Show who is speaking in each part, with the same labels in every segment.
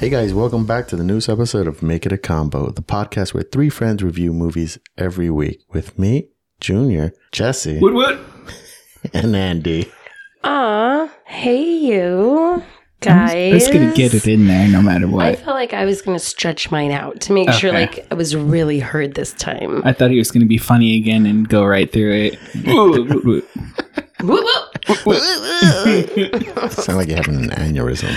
Speaker 1: Hey guys, welcome back to the newest episode of Make It a Combo, the podcast where three friends review movies every week with me, Junior, Jesse,
Speaker 2: What what?
Speaker 1: and Andy.
Speaker 3: Aw, hey you guys.
Speaker 2: It's gonna get it in there no matter
Speaker 3: I
Speaker 2: what.
Speaker 3: felt like I was gonna stretch mine out to make sure
Speaker 2: Okay.
Speaker 3: like I was really heard this time.
Speaker 2: I thought he was gonna be funny again and go right through it.
Speaker 3: Whoop, whoop.
Speaker 1: Sound like you're having an aneurysm.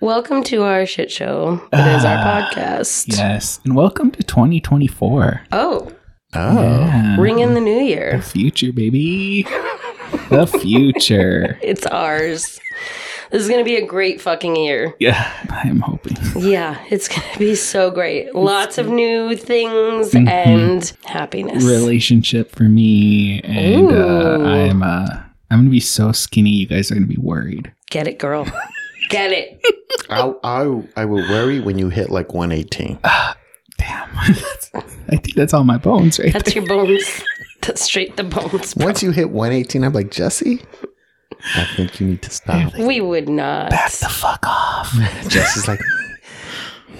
Speaker 3: Welcome to our shit show. It is our
Speaker 2: Ah,
Speaker 3: podcast.
Speaker 2: yes, and welcome to 2024.
Speaker 3: Oh,
Speaker 1: Oh,
Speaker 2: Yeah.
Speaker 3: ring in the new
Speaker 2: the
Speaker 3: year.
Speaker 2: future, baby. the future.
Speaker 3: It's ours. This is gonna be a great fucking year.
Speaker 2: Yeah, I'm hoping.
Speaker 3: Yeah, it's gonna be so great. Lots of new things
Speaker 2: Mm-hmm.
Speaker 3: and happiness.
Speaker 2: Relationship for me, and uh,
Speaker 3: Ooh.
Speaker 2: I'm uh, I'm gonna be so skinny. You guys are gonna be worried.
Speaker 3: Get it, girl. Get it.
Speaker 1: I, I, I will worry when you hit like 118.
Speaker 2: Damn, That's- I think that's all my bones right
Speaker 3: That's your bones. That's straight the bones.
Speaker 1: Once you hit 118, I'm like, Jesse, I think you need to stop.
Speaker 3: We would not.
Speaker 2: the fuck off.
Speaker 1: Jesse's like,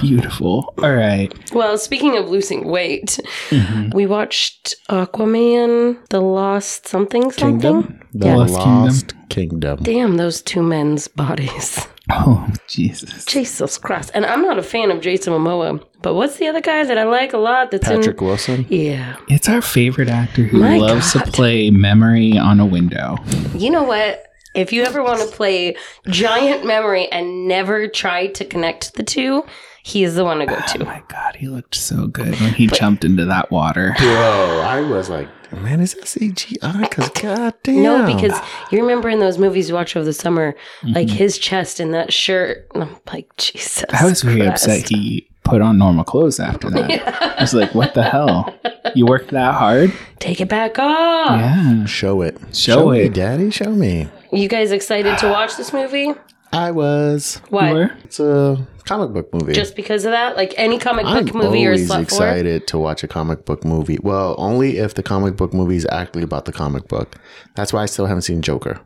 Speaker 2: Beautiful. All right.
Speaker 3: Well, speaking of losing weight,
Speaker 1: Mm-hmm.
Speaker 3: we watched Aquaman, The Lost Something Something.
Speaker 1: Kingdom? The
Speaker 3: Yeah.
Speaker 2: Lost
Speaker 1: Lost Kingdom.
Speaker 3: Damn, those two men's bodies.
Speaker 2: Oh Jesus.
Speaker 3: Jesus Christ. And I'm not a fan of Jason Momoa, but what's the other guy that I like a lot that's
Speaker 1: Patrick
Speaker 3: in.
Speaker 1: Wilson?
Speaker 3: Yeah.
Speaker 2: It's our favorite actor who
Speaker 3: My
Speaker 2: loves to
Speaker 3: God.
Speaker 2: play memory on a window.
Speaker 3: You know what? If you ever want to play Giant Memory and never try to connect the two, he is the one to go to.
Speaker 2: My God, he looked so good when he jumped into that water.
Speaker 1: Bro, I was like, man, is that CGI? Because goddamn.
Speaker 3: No, because you remember in those movies you watch over the summer, like
Speaker 2: Mm-hmm.
Speaker 3: his chest and that shirt. And I'm like, Jesus.
Speaker 2: I was very
Speaker 3: Christ.
Speaker 2: upset he put on normal clothes after that. I was like, what the hell? You worked that hard?
Speaker 3: Take it back off.
Speaker 2: Yeah.
Speaker 1: Show it.
Speaker 2: Show
Speaker 1: me,
Speaker 2: it.
Speaker 1: Daddy. Show me.
Speaker 3: You guys excited to watch this movie?
Speaker 1: I was.
Speaker 3: What?
Speaker 2: You were?
Speaker 1: It's a comic book movie.
Speaker 3: Just because of that? Like any comic
Speaker 1: I'm
Speaker 3: book movie or
Speaker 1: always
Speaker 3: slut for?
Speaker 1: excited to watch a comic book movie. Well, only if the comic book movie is actually about the comic book. That's why I still haven't seen Joker.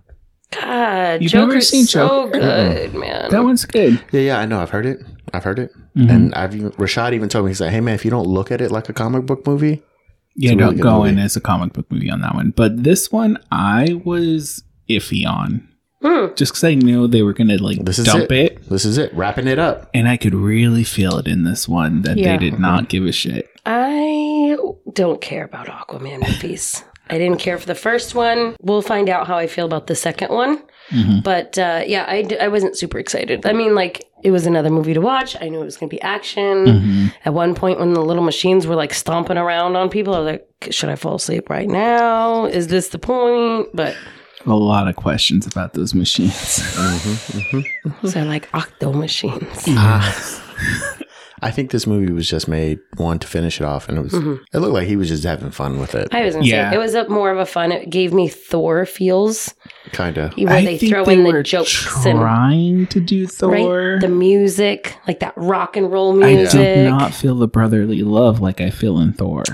Speaker 3: God,
Speaker 2: You've never
Speaker 3: Joker's
Speaker 2: seen
Speaker 3: so
Speaker 2: Joker?
Speaker 3: good, man.
Speaker 2: That one's good.
Speaker 1: Yeah, yeah, I know. I've heard it. I've heard it.
Speaker 2: Mm-hmm.
Speaker 1: And I've even, Rashad even told me he's like, "Hey man, if you don't look at it like a comic book movie,
Speaker 2: Yeah,
Speaker 1: a really
Speaker 2: don't
Speaker 1: good
Speaker 2: go in
Speaker 1: movie.
Speaker 2: as a comic book movie on that one. But this one, I was iffy on.
Speaker 3: Hmm.
Speaker 2: Just because I knew they were going to like
Speaker 1: this is
Speaker 2: dump it.
Speaker 1: This is it. Wrapping it up.
Speaker 2: And I could really feel it in this one that
Speaker 3: Yeah.
Speaker 2: they did not give a shit.
Speaker 3: I don't care about Aquaman movies. I didn't care for the first one. We'll find out how I feel about the second one.
Speaker 2: Mhm.
Speaker 3: But uh, yeah, I, d- I wasn't super excited. I mean, like, it was another movie to watch. I knew it was going to be action. At one point, when the little machines were like stomping around on people, I was like, should I fall asleep right now? Is this the point? But
Speaker 2: A lot of questions about those
Speaker 1: Uh,
Speaker 2: machines.
Speaker 3: those are like octo machines.
Speaker 1: I think this movie was just made one to finish it off, and it was. It looked like he was just having fun with it,
Speaker 3: Mm-hmm. I was going to
Speaker 2: Yeah.
Speaker 3: say, it was a, more of a fun. It gave me Thor feels
Speaker 1: kind of.
Speaker 3: where they throw in the jokes and
Speaker 2: trying to do Thor.
Speaker 3: right? The music, like that rock and roll
Speaker 2: I
Speaker 3: music.
Speaker 2: did not feel the brotherly love like I feel in Thor.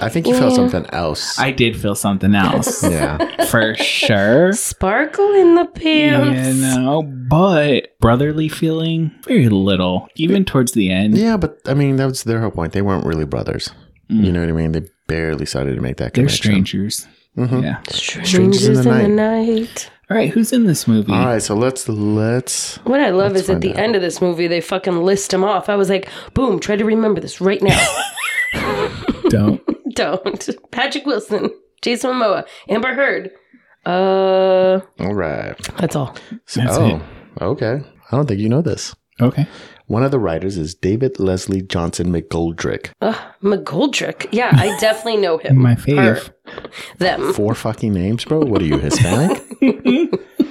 Speaker 1: I think you felt
Speaker 3: Yeah.
Speaker 1: something else.
Speaker 2: I did feel something else
Speaker 1: yeah.
Speaker 2: for sure.
Speaker 3: Sparkle in the pants.
Speaker 2: You know, but brotherly feeling very little, even towards the end.
Speaker 1: Yeah, but I mean that was their whole point. They weren't really brothers. You know what I mean? They barely started to make that
Speaker 2: Mm. They're
Speaker 1: connection.
Speaker 2: strangers.
Speaker 1: Mhm.
Speaker 2: Yeah.
Speaker 3: Strangers in the, night.
Speaker 2: All right, who's in this movie?
Speaker 1: All right, so let's let's.
Speaker 3: What I love is at
Speaker 1: find
Speaker 3: the
Speaker 1: out.
Speaker 3: end of this movie, they fucking list them off. I was like, boom, try to remember this right now.
Speaker 2: Don't.
Speaker 3: Don't. Patrick Wilson, Jason Momoa, Amber Heard. Uh,
Speaker 1: All right.
Speaker 3: that's all.
Speaker 1: So,
Speaker 2: That's
Speaker 1: oh, okay. I don't think you know this.
Speaker 2: Okay.
Speaker 1: One of the writers is David Leslie Johnson McGoldrick.
Speaker 3: Ugh, uh, McGoldrick. Yeah, I definitely know him.
Speaker 2: My fave.
Speaker 3: Her. Them.
Speaker 1: Four fucking names, bro. What are you Hispanic?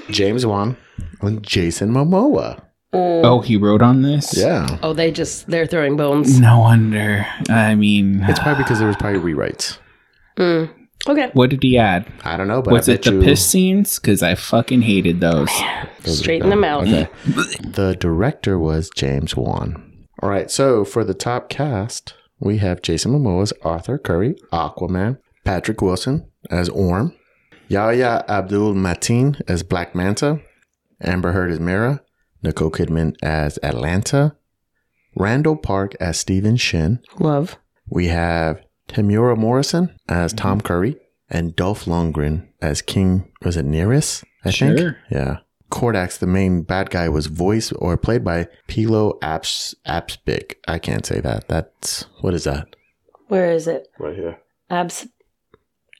Speaker 1: James Wan and Jason Momoa.
Speaker 2: Oh, he wrote on this?
Speaker 1: Yeah,
Speaker 3: Oh, they just, they're throwing bones.
Speaker 2: No wonder. I mean,
Speaker 1: it's probably because there was probably rewrites.
Speaker 3: Okay.
Speaker 2: what did he add?
Speaker 1: I don't know, but
Speaker 2: Was
Speaker 1: I
Speaker 2: it
Speaker 1: bet
Speaker 2: the
Speaker 1: you
Speaker 2: piss scenes? Because I fucking hated those.
Speaker 3: Straighten them out.
Speaker 1: Okay. the director was James Wan. All right, so for the top cast, we have Jason Momoa's Arthur Curry, Aquaman, Patrick Wilson as Orm, Yahya Abdul Mateen as Black Manta, Amber Heard as Mira, Nicole Kidman as Atlanta, Randall Park as Stephen Shin.
Speaker 3: Love.
Speaker 1: We have Tamura Morrison as
Speaker 2: Mm-hmm.
Speaker 1: Tom Curry and Dolph Lundgren as King. Was it Nerys? I think.
Speaker 2: Sure.
Speaker 1: Yeah. Kordax, the main bad guy, was voiced or played by Pilo Apps Apsbik. I can't say that. That's what is that?
Speaker 3: Where is it?
Speaker 1: Right here.
Speaker 3: Abs.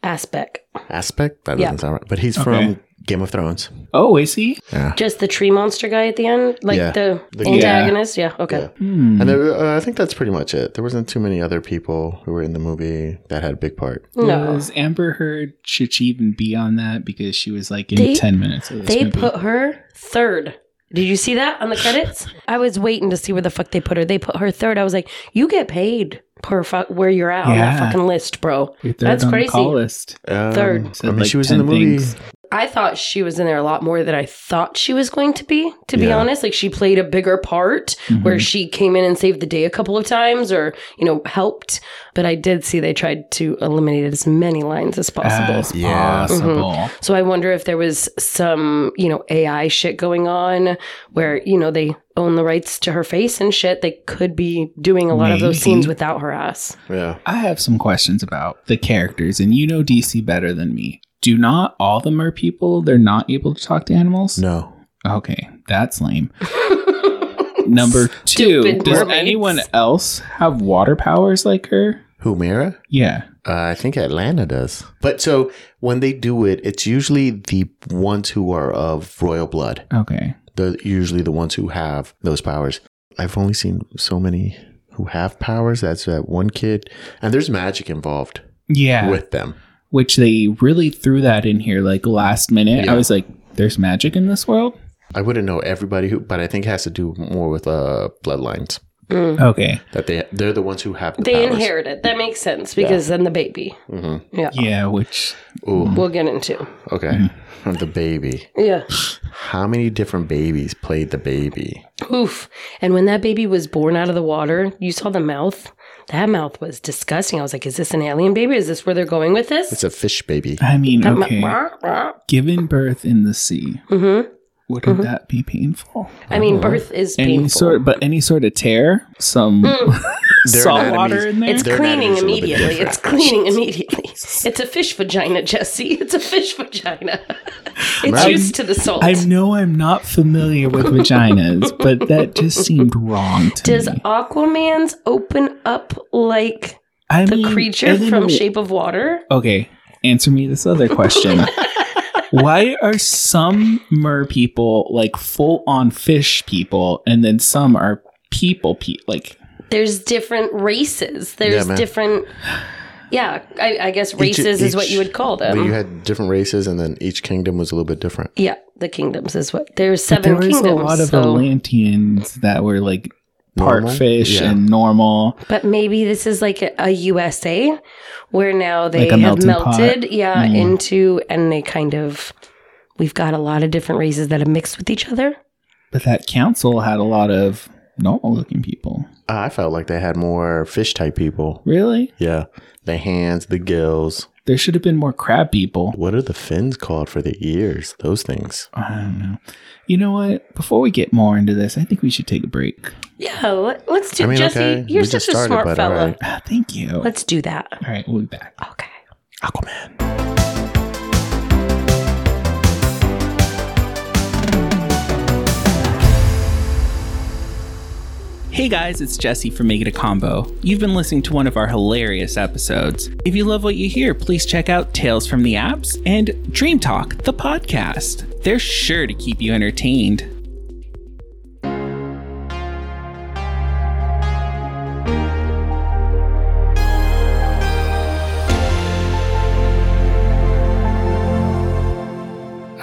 Speaker 3: Aspect.
Speaker 1: Aspect. That
Speaker 3: Yeah.
Speaker 1: doesn't sound right. But he's
Speaker 2: Okay.
Speaker 1: from Game of Thrones.
Speaker 2: Oh, is he?
Speaker 1: Yeah.
Speaker 3: Just the tree monster guy at the end? Like
Speaker 1: Yeah.
Speaker 3: the,
Speaker 1: The-
Speaker 3: antagonist? Yeah. Okay.
Speaker 1: Yeah.
Speaker 2: Hmm.
Speaker 1: And there, uh, I think that's pretty much it. There wasn't too many other people who were in the movie that had a big part.
Speaker 3: No.
Speaker 2: Was Amber Heard should she even be on that because she was like in
Speaker 3: They-
Speaker 2: ten minutes of this
Speaker 3: They
Speaker 2: movie.
Speaker 3: put her third. Did you see that on the credits? I was waiting to see where the fuck they put her. They put her third. I was like, you get paid per fu- where you're at on that
Speaker 2: Yeah.
Speaker 3: fucking list, bro.
Speaker 2: You're third
Speaker 3: that's
Speaker 2: on the
Speaker 3: crazy.
Speaker 2: call list.
Speaker 1: Um,
Speaker 3: Third.
Speaker 1: I
Speaker 2: Said,
Speaker 1: mean,
Speaker 2: like,
Speaker 1: she was in the
Speaker 2: 10
Speaker 1: movie.
Speaker 2: things.
Speaker 3: I thought she was in there a lot more than I thought she was going to be, to be
Speaker 1: Yeah.
Speaker 3: honest. Like she played a bigger part
Speaker 2: Mm-hmm.
Speaker 3: where she came in and saved the day a couple of times or, you know, helped. But I did see they tried to eliminate as many lines as possible.
Speaker 2: As
Speaker 1: Yeah.
Speaker 2: possible.
Speaker 3: So I wonder if there was some, you know, AI shit going on where, you know, they own the rights to her face and shit. They could be doing a lot of those
Speaker 2: Maybe.
Speaker 3: scenes without her ass.
Speaker 1: Yeah.
Speaker 2: I have some questions about the characters, and you know DC better than me. Do not all of them are people? They're not able to talk to animals?
Speaker 1: No.
Speaker 2: Okay, that's lame. Number two,
Speaker 3: Stupid
Speaker 2: does
Speaker 3: mermaids.
Speaker 2: anyone else have water powers like her?
Speaker 1: Humira?
Speaker 2: Yeah.
Speaker 1: Uh, I think Atlanta does. But so when they do it, it's usually the ones who are of royal blood.
Speaker 2: Okay.
Speaker 1: They're usually the ones who have those powers. I've only seen so many who have powers. That's that one kid. And there's magic involved
Speaker 2: Yeah.
Speaker 1: with them.
Speaker 2: Which they really threw that in here like last minute.
Speaker 1: Yeah.
Speaker 2: I was like, there's magic in this world?
Speaker 1: I wouldn't know everybody who, but I think it has to do more with uh, bloodlines.
Speaker 3: Mm.
Speaker 2: Okay.
Speaker 1: That they they're the ones who have the
Speaker 3: They
Speaker 1: powers.
Speaker 3: inherit it. That makes sense because then the baby.
Speaker 1: Mhm.
Speaker 3: Yeah.
Speaker 2: Yeah, which
Speaker 1: Ooh,
Speaker 3: We'll get into.
Speaker 1: okay. the baby.
Speaker 3: Yeah.
Speaker 1: How many different babies played the baby?
Speaker 3: Oof. And when that baby was born out of the water, you saw the mouth. That mouth was disgusting. I was like, is this an alien baby? Is this where they're going with this?
Speaker 1: It's a fish baby.
Speaker 2: I mean,
Speaker 3: That mu-
Speaker 2: okay.
Speaker 3: rah, rah.
Speaker 2: Given birth in the sea,
Speaker 3: Mhm.
Speaker 2: wouldn't that be painful?
Speaker 3: I mean,
Speaker 1: Uh-huh.
Speaker 3: birth is
Speaker 2: Any
Speaker 3: painful. Mm.
Speaker 2: sort but any sort of tear, some
Speaker 1: Their
Speaker 2: salt
Speaker 1: anatomy's-
Speaker 2: water in there.
Speaker 3: It's
Speaker 1: Their anatomy
Speaker 3: cleaning
Speaker 1: is a little bit
Speaker 3: immediately.
Speaker 1: different.
Speaker 3: It's cleaning immediately. It's a fish vagina, Jesse. It's a fish vagina. It's
Speaker 1: Right.
Speaker 3: used to the salt.
Speaker 2: I know I'm not familiar with vaginas, but that just seemed wrong to
Speaker 3: Does
Speaker 2: me.
Speaker 3: Aquaman's open up like
Speaker 2: I
Speaker 3: the
Speaker 2: mean,
Speaker 3: creature
Speaker 2: and then
Speaker 3: from
Speaker 2: it-
Speaker 3: Shape of Water?
Speaker 2: Okay, answer me this other question. Why are some mer people like full on fish people, and then some are people pe- like?
Speaker 3: There's different races. There's
Speaker 1: man.
Speaker 3: different. Yeah, I, I guess
Speaker 1: Each-
Speaker 3: races is what
Speaker 1: each-
Speaker 3: you would call
Speaker 1: But
Speaker 3: them.
Speaker 1: you had different races, and then each kingdom was a little bit different.
Speaker 3: yeah, the kingdoms is what there's
Speaker 2: But
Speaker 3: seven
Speaker 2: there was
Speaker 3: kingdoms.
Speaker 2: a lot of
Speaker 3: so-
Speaker 2: Atlanteans that were like part
Speaker 1: Normal?
Speaker 2: fish
Speaker 1: Yeah.
Speaker 2: and normal.
Speaker 3: But maybe this is like a, a USA where now they
Speaker 2: Like a
Speaker 3: have
Speaker 2: melting pot.
Speaker 3: melted, yeah,
Speaker 2: Mm.
Speaker 3: into and they kind of we've got a lot of different races that have mixed with each other.
Speaker 2: But that council had a lot of normal looking people.
Speaker 1: Uh, I felt like they had more fish type people.
Speaker 2: Really?
Speaker 1: Yeah, the hands, the gills.
Speaker 2: There should have been more crab people.
Speaker 1: What are the fins called for the ears? Those things.
Speaker 2: I don't know. You know what? Before we get more into this, I think we should take a break.
Speaker 3: Yeah, let, us do
Speaker 1: I mean,
Speaker 3: Jesse.
Speaker 1: okay,
Speaker 3: You're
Speaker 1: we
Speaker 3: such
Speaker 1: just
Speaker 3: a
Speaker 1: started,
Speaker 3: smart
Speaker 1: but
Speaker 3: fella.
Speaker 1: alright.
Speaker 2: Ah, thank you. All
Speaker 3: Let's do that.
Speaker 2: right, we'll be back.
Speaker 3: Okay.
Speaker 1: Aquaman.
Speaker 2: Hey guys, it's Jesse from Make It a Combo. You've been listening to one of our hilarious episodes. If you love what you hear, please check out Tales from the Apps and Dream Talk, the podcast. They're sure to keep you entertained.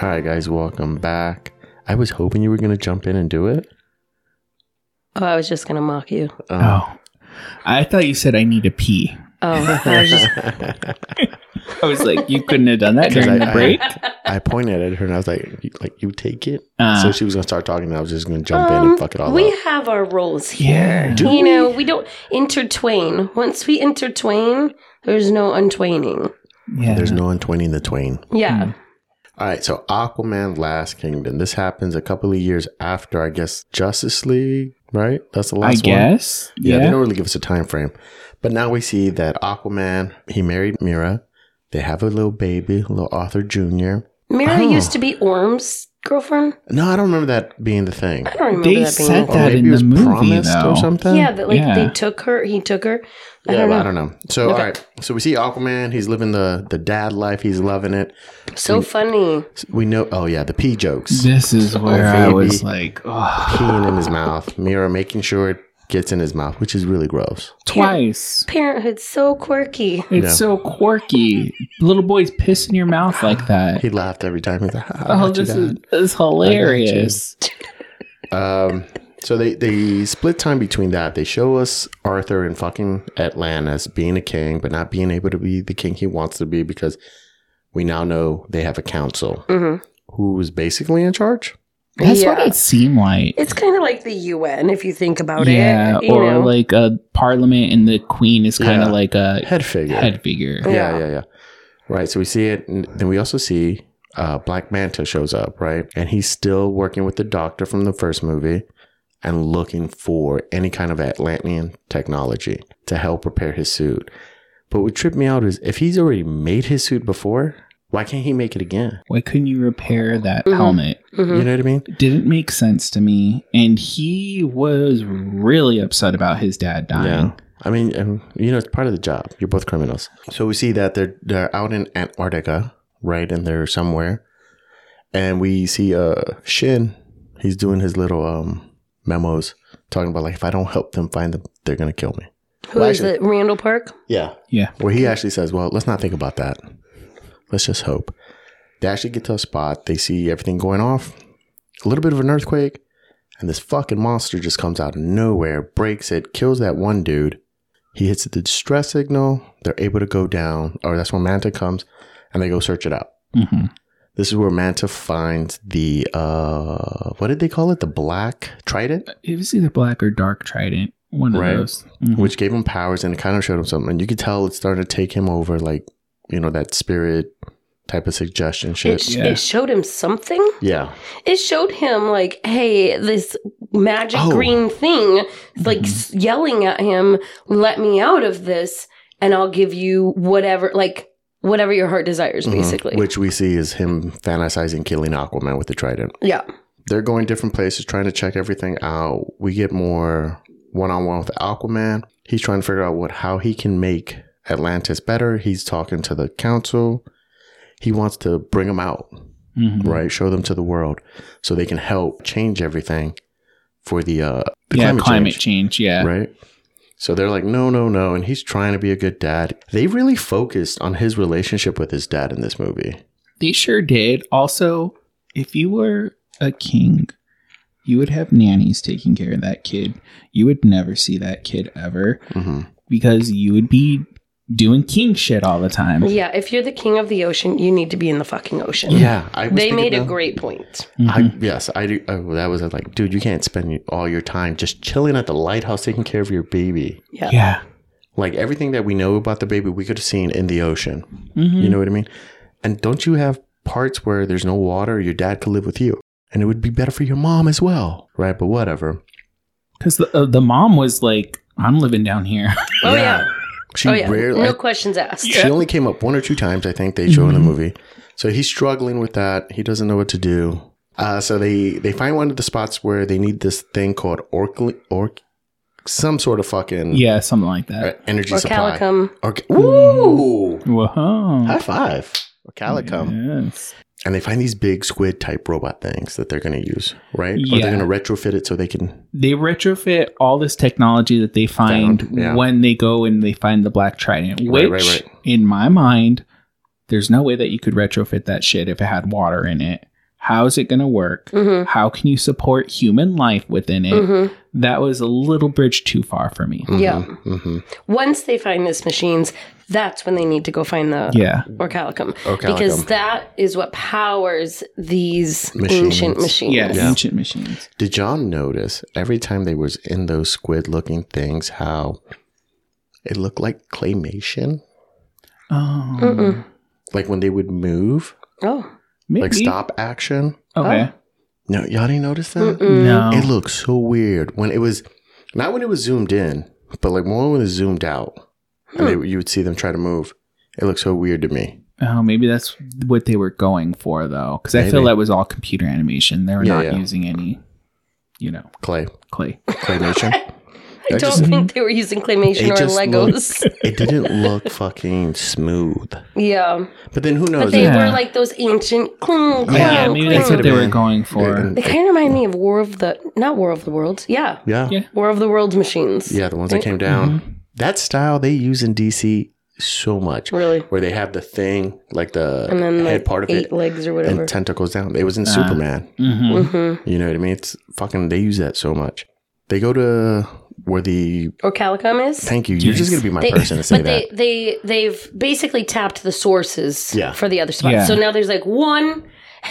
Speaker 1: All right, guys, welcome back. I was hoping you were gonna jump in and do it.
Speaker 3: Oh, I was just gonna mock you.
Speaker 1: Um,
Speaker 2: Oh, I thought you said I need to pee.
Speaker 3: Oh, I was just,
Speaker 2: I was like, you couldn't have done that
Speaker 1: 'Cause
Speaker 2: during
Speaker 1: I-
Speaker 2: the break.
Speaker 1: I pointed at her and I was like, "You- "Like you take it."
Speaker 2: Uh,
Speaker 1: so she was gonna start talking, and I was just gonna jump in
Speaker 3: um,
Speaker 1: and fuck it all
Speaker 3: we
Speaker 1: up.
Speaker 3: have our roles here.
Speaker 2: yeah.
Speaker 1: Do
Speaker 3: you know, we don't intertwine. Once we intertwine, there's no untwining.
Speaker 2: yeah.
Speaker 1: There's no untwining the twain.
Speaker 3: Yeah.
Speaker 1: All right, so Aquaman Last Kingdom. This happens a couple of years after, I guess, Justice League, right? That's the
Speaker 2: I
Speaker 1: last one.
Speaker 2: guess.
Speaker 1: Yeah,
Speaker 2: Yeah.
Speaker 1: they don't really give us a time frame. But now we see that Aquaman, he married Mira. They have a little baby, little Arthur Jr.
Speaker 2: Hmm.
Speaker 3: Mira
Speaker 1: Oh.
Speaker 3: used to be Orm's girlfriend.
Speaker 1: No, I don't remember that being the thing.
Speaker 3: I don't remember
Speaker 2: They
Speaker 3: that being
Speaker 2: said
Speaker 1: Or
Speaker 2: that
Speaker 1: maybe
Speaker 2: in
Speaker 1: it
Speaker 2: the
Speaker 1: was
Speaker 2: movie,
Speaker 1: promised
Speaker 2: though.
Speaker 1: or something.
Speaker 3: Yeah, that like
Speaker 2: Yeah.
Speaker 3: they took her. He took her. I
Speaker 1: Yeah,
Speaker 3: don't know.
Speaker 1: but I don't know. So,
Speaker 3: Okay.
Speaker 1: all right. So we see Aquaman. He's living the the dad life. He's loving it.
Speaker 3: So funny.
Speaker 1: We know. Oh yeah, the pee jokes.
Speaker 2: This is where I
Speaker 1: baby.
Speaker 2: was like, oh,
Speaker 1: Peeing in his mouth. Mira making sure it gets in his mouth, which is really gross.
Speaker 2: twice.
Speaker 3: Parenthood's so quirky.
Speaker 2: It's
Speaker 1: Yeah.
Speaker 2: so quirky. Little boys piss in your mouth like that.
Speaker 1: He laughed every time. He's like, "Ah, I got
Speaker 2: Oh,
Speaker 1: you,
Speaker 2: this is,
Speaker 1: Dad."
Speaker 2: this is hilarious.
Speaker 1: Um, so they they split time between that. They show us Arthur in fucking Atlantis being a king, but not being able to be the king he wants to be because we now know they have a council
Speaker 3: hmm
Speaker 1: who is basically in charge.
Speaker 2: That's
Speaker 3: Yeah.
Speaker 2: what it seemed like.
Speaker 3: It's kind of like the UN if you think about
Speaker 2: yeah,
Speaker 3: it. you
Speaker 2: or
Speaker 3: know.
Speaker 2: like a parliament, and the queen is kind of
Speaker 1: Yeah.
Speaker 2: like a
Speaker 1: Head figure.
Speaker 2: head figure.
Speaker 1: Yeah,
Speaker 3: Yeah.
Speaker 1: yeah, yeah. Right. So we see it, and then we also see uh, Black Manta shows up, right? And he's still working with the doctor from the first movie and looking for any kind of Atlantean technology to help repair his suit. But what tripped me out is if he's already made his suit before, why can't he make it again?
Speaker 2: Why couldn't you repair that
Speaker 3: Mhm.
Speaker 2: helmet?
Speaker 3: Mhm.
Speaker 1: You know what I mean?
Speaker 2: It didn't make sense to me, and he was really upset about his dad dying.
Speaker 1: I mean, um, you know, it's part of the job. You're both criminals. So we see that they're they're out in Antarctica, right? And they're somewhere, and we see uh Shin. He's doing his little um memos, talking about like if I don't help them find them, they're gonna kill me.
Speaker 3: Who
Speaker 1: Well,
Speaker 3: is
Speaker 1: actually-
Speaker 3: it? Randall Park?
Speaker 1: Yeah,
Speaker 2: Yeah.
Speaker 1: Where he actually says, "Well, let's not think about that. Let's just hope." They actually get to a spot. They see everything going off. A little bit of an earthquake, and this fucking monster just comes out of nowhere, breaks it, kills that one dude. He hits the distress signal. They're able to go down, or that's when Manta comes, and they go search it out.
Speaker 2: hmm
Speaker 1: This is where Manta finds the uh, what did they call it? The black trident.
Speaker 2: It was either black or dark trident. One
Speaker 1: Right.
Speaker 2: of those. Mhm.
Speaker 1: which gave him powers and it kind of showed him something. And you could tell it's starting to take him over, like, you know, that spirit type of suggestion
Speaker 3: It,
Speaker 1: shit.
Speaker 3: sh-
Speaker 2: Yeah.
Speaker 3: it showed him something.
Speaker 1: yeah.
Speaker 3: It showed him like, hey, this magic
Speaker 1: Oh. Mm-hmm.
Speaker 3: green thing, is, like s yelling at him, let me out of this, and I'll give you whatever, like whatever your heart desires,
Speaker 1: Mhm.
Speaker 3: basically.
Speaker 1: Which we see is him fantasizing killing Aquaman with the trident.
Speaker 3: yeah.
Speaker 1: They're going different places, trying to check everything out. We get more one on one with Aquaman. He's trying to figure out what how he can make Atlantis better. He's talking to the council. He wants to bring him out.
Speaker 2: Mhm.
Speaker 1: right? Show them to the world so they can help change everything for the uh the
Speaker 2: yeah, climate, change. Yeah.
Speaker 1: right? So they're like, no, no, no, and he's trying to be a good dad. They really focused on his relationship with his dad in this movie.
Speaker 2: They sure did. Also, if you were a king, you would have nannies taking care of that kid. You would never see that kid ever
Speaker 1: hmm
Speaker 2: because you would be doing king shit all the time.
Speaker 3: Yeah. If you're the king of the ocean, you need to be in the fucking ocean.
Speaker 1: Yeah, I was
Speaker 3: They
Speaker 1: thinking
Speaker 3: made a
Speaker 1: that.
Speaker 3: great point.
Speaker 2: Mm-hmm.
Speaker 1: I, yes, I do. Oh, that was like, dude, you can't spend all your time just chilling at the lighthouse taking care of your baby.
Speaker 3: Yeah.
Speaker 2: yeah.
Speaker 1: Like everything that we know about the baby, we could have seen in the ocean.
Speaker 2: Mhm.
Speaker 1: You know what I mean? And don't you have parts where there's no water, your dad could live with you? And it would be better for your mom as well, right? But whatever.
Speaker 2: Because the, uh, the mom was like, I'm living down here.
Speaker 3: Oh, yeah.
Speaker 1: She
Speaker 3: oh, yeah.
Speaker 1: rarely.
Speaker 3: no questions asked.
Speaker 1: She only came up one or two times, I think they show
Speaker 2: Mm-hmm.
Speaker 1: in the movie. So he's struggling with that. He doesn't know what to do. Uh, so they they find one of the spots where they need this thing called orc, orc some sort of fucking
Speaker 2: yeah, something like
Speaker 1: uh,
Speaker 2: that.
Speaker 1: energy
Speaker 3: Or
Speaker 1: supply.
Speaker 3: calicum.
Speaker 1: Orc- Ooh,
Speaker 2: Whoa.
Speaker 1: high five, Orcalicum.
Speaker 2: Yes.
Speaker 1: and they find these big squid type robot things that they're going to use, right? Or
Speaker 2: Yeah.
Speaker 1: they're going to retrofit it so they can.
Speaker 2: They retrofit all this technology that they find
Speaker 1: Found, yeah.
Speaker 2: when they go and they find the Black Trident, which,
Speaker 1: Right, right, right.
Speaker 2: in my mind, there's no way that you could retrofit that shit if it had water in it. How is it going to work?
Speaker 3: Mm
Speaker 2: How can you support human life within it?
Speaker 3: hmm. Mm hmm.
Speaker 2: That was a little bridge too far for me.
Speaker 3: Yeah.
Speaker 1: Mm-hmm.
Speaker 3: Once they find this machines, that's when they need to go find the
Speaker 2: Yeah.
Speaker 3: orcalicum.
Speaker 1: Orcalicum.
Speaker 3: Because that is what powers these
Speaker 1: Machines.
Speaker 3: ancient machines.
Speaker 2: Yeah.
Speaker 1: Yeah.
Speaker 2: Ancient machines.
Speaker 1: Did y'all notice every time they was in those squid looking things how it looked like claymation?
Speaker 2: Oh.
Speaker 3: Mm-mm.
Speaker 1: Like when they would move,
Speaker 3: Oh.
Speaker 2: Maybe.
Speaker 1: Like stop action.
Speaker 2: Okay.
Speaker 1: No, y'all didn't notice that?
Speaker 3: Mm-mm.
Speaker 2: No.
Speaker 1: It looked so weird when it was not when it was zoomed in, but like more when it was zoomed out. And
Speaker 3: Hmm.
Speaker 1: they, you would see them try to move. It looked so weird to me.
Speaker 2: Oh, maybe that's what they were going for, though, because I feel
Speaker 1: Maybe.
Speaker 2: that was all computer animation. They were
Speaker 1: Yeah,
Speaker 2: not
Speaker 1: yeah.
Speaker 2: using any, you know,
Speaker 1: Clay,
Speaker 2: clay.
Speaker 1: claymation.
Speaker 3: I don't
Speaker 1: just-
Speaker 3: think they were using claymation
Speaker 1: It
Speaker 3: or
Speaker 1: just
Speaker 3: Legos.
Speaker 1: it didn't look fucking smooth.
Speaker 3: yeah,
Speaker 1: But then who
Speaker 3: but
Speaker 1: knows?
Speaker 3: they
Speaker 1: It-
Speaker 2: Yeah.
Speaker 3: were like those ancient. Clunk, clunk,
Speaker 2: Yeah,
Speaker 1: Yeah,
Speaker 2: maybe
Speaker 3: clunk.
Speaker 2: that's what they
Speaker 1: could've
Speaker 2: were
Speaker 1: been.
Speaker 2: going for.
Speaker 1: and-
Speaker 3: They kind of remind me of War of the not War of the Worlds. Yeah,
Speaker 1: yeah.
Speaker 2: Yeah.
Speaker 1: yeah.
Speaker 3: War of the Worlds machines.
Speaker 1: the ones that came down.
Speaker 3: mm-hmm.
Speaker 1: That style they use in DC so much.
Speaker 3: really.
Speaker 1: Where they have the thing, like the
Speaker 3: And then
Speaker 1: head
Speaker 3: like
Speaker 1: part of
Speaker 3: eight
Speaker 1: it,
Speaker 3: legs or whatever. Ah.
Speaker 1: and tentacles down. It was in Superman.
Speaker 2: hmm
Speaker 3: hmm
Speaker 1: You know what I mean? It's fucking. They use that so much. They go to where the.
Speaker 3: Or Calicum is.
Speaker 1: Thank you. You're just gonna be my
Speaker 3: They-
Speaker 1: person to say
Speaker 3: but
Speaker 1: that.
Speaker 3: they they they've basically tapped the sources
Speaker 1: Yeah.
Speaker 3: for the other spots.
Speaker 2: Yeah.
Speaker 3: So now there's like one,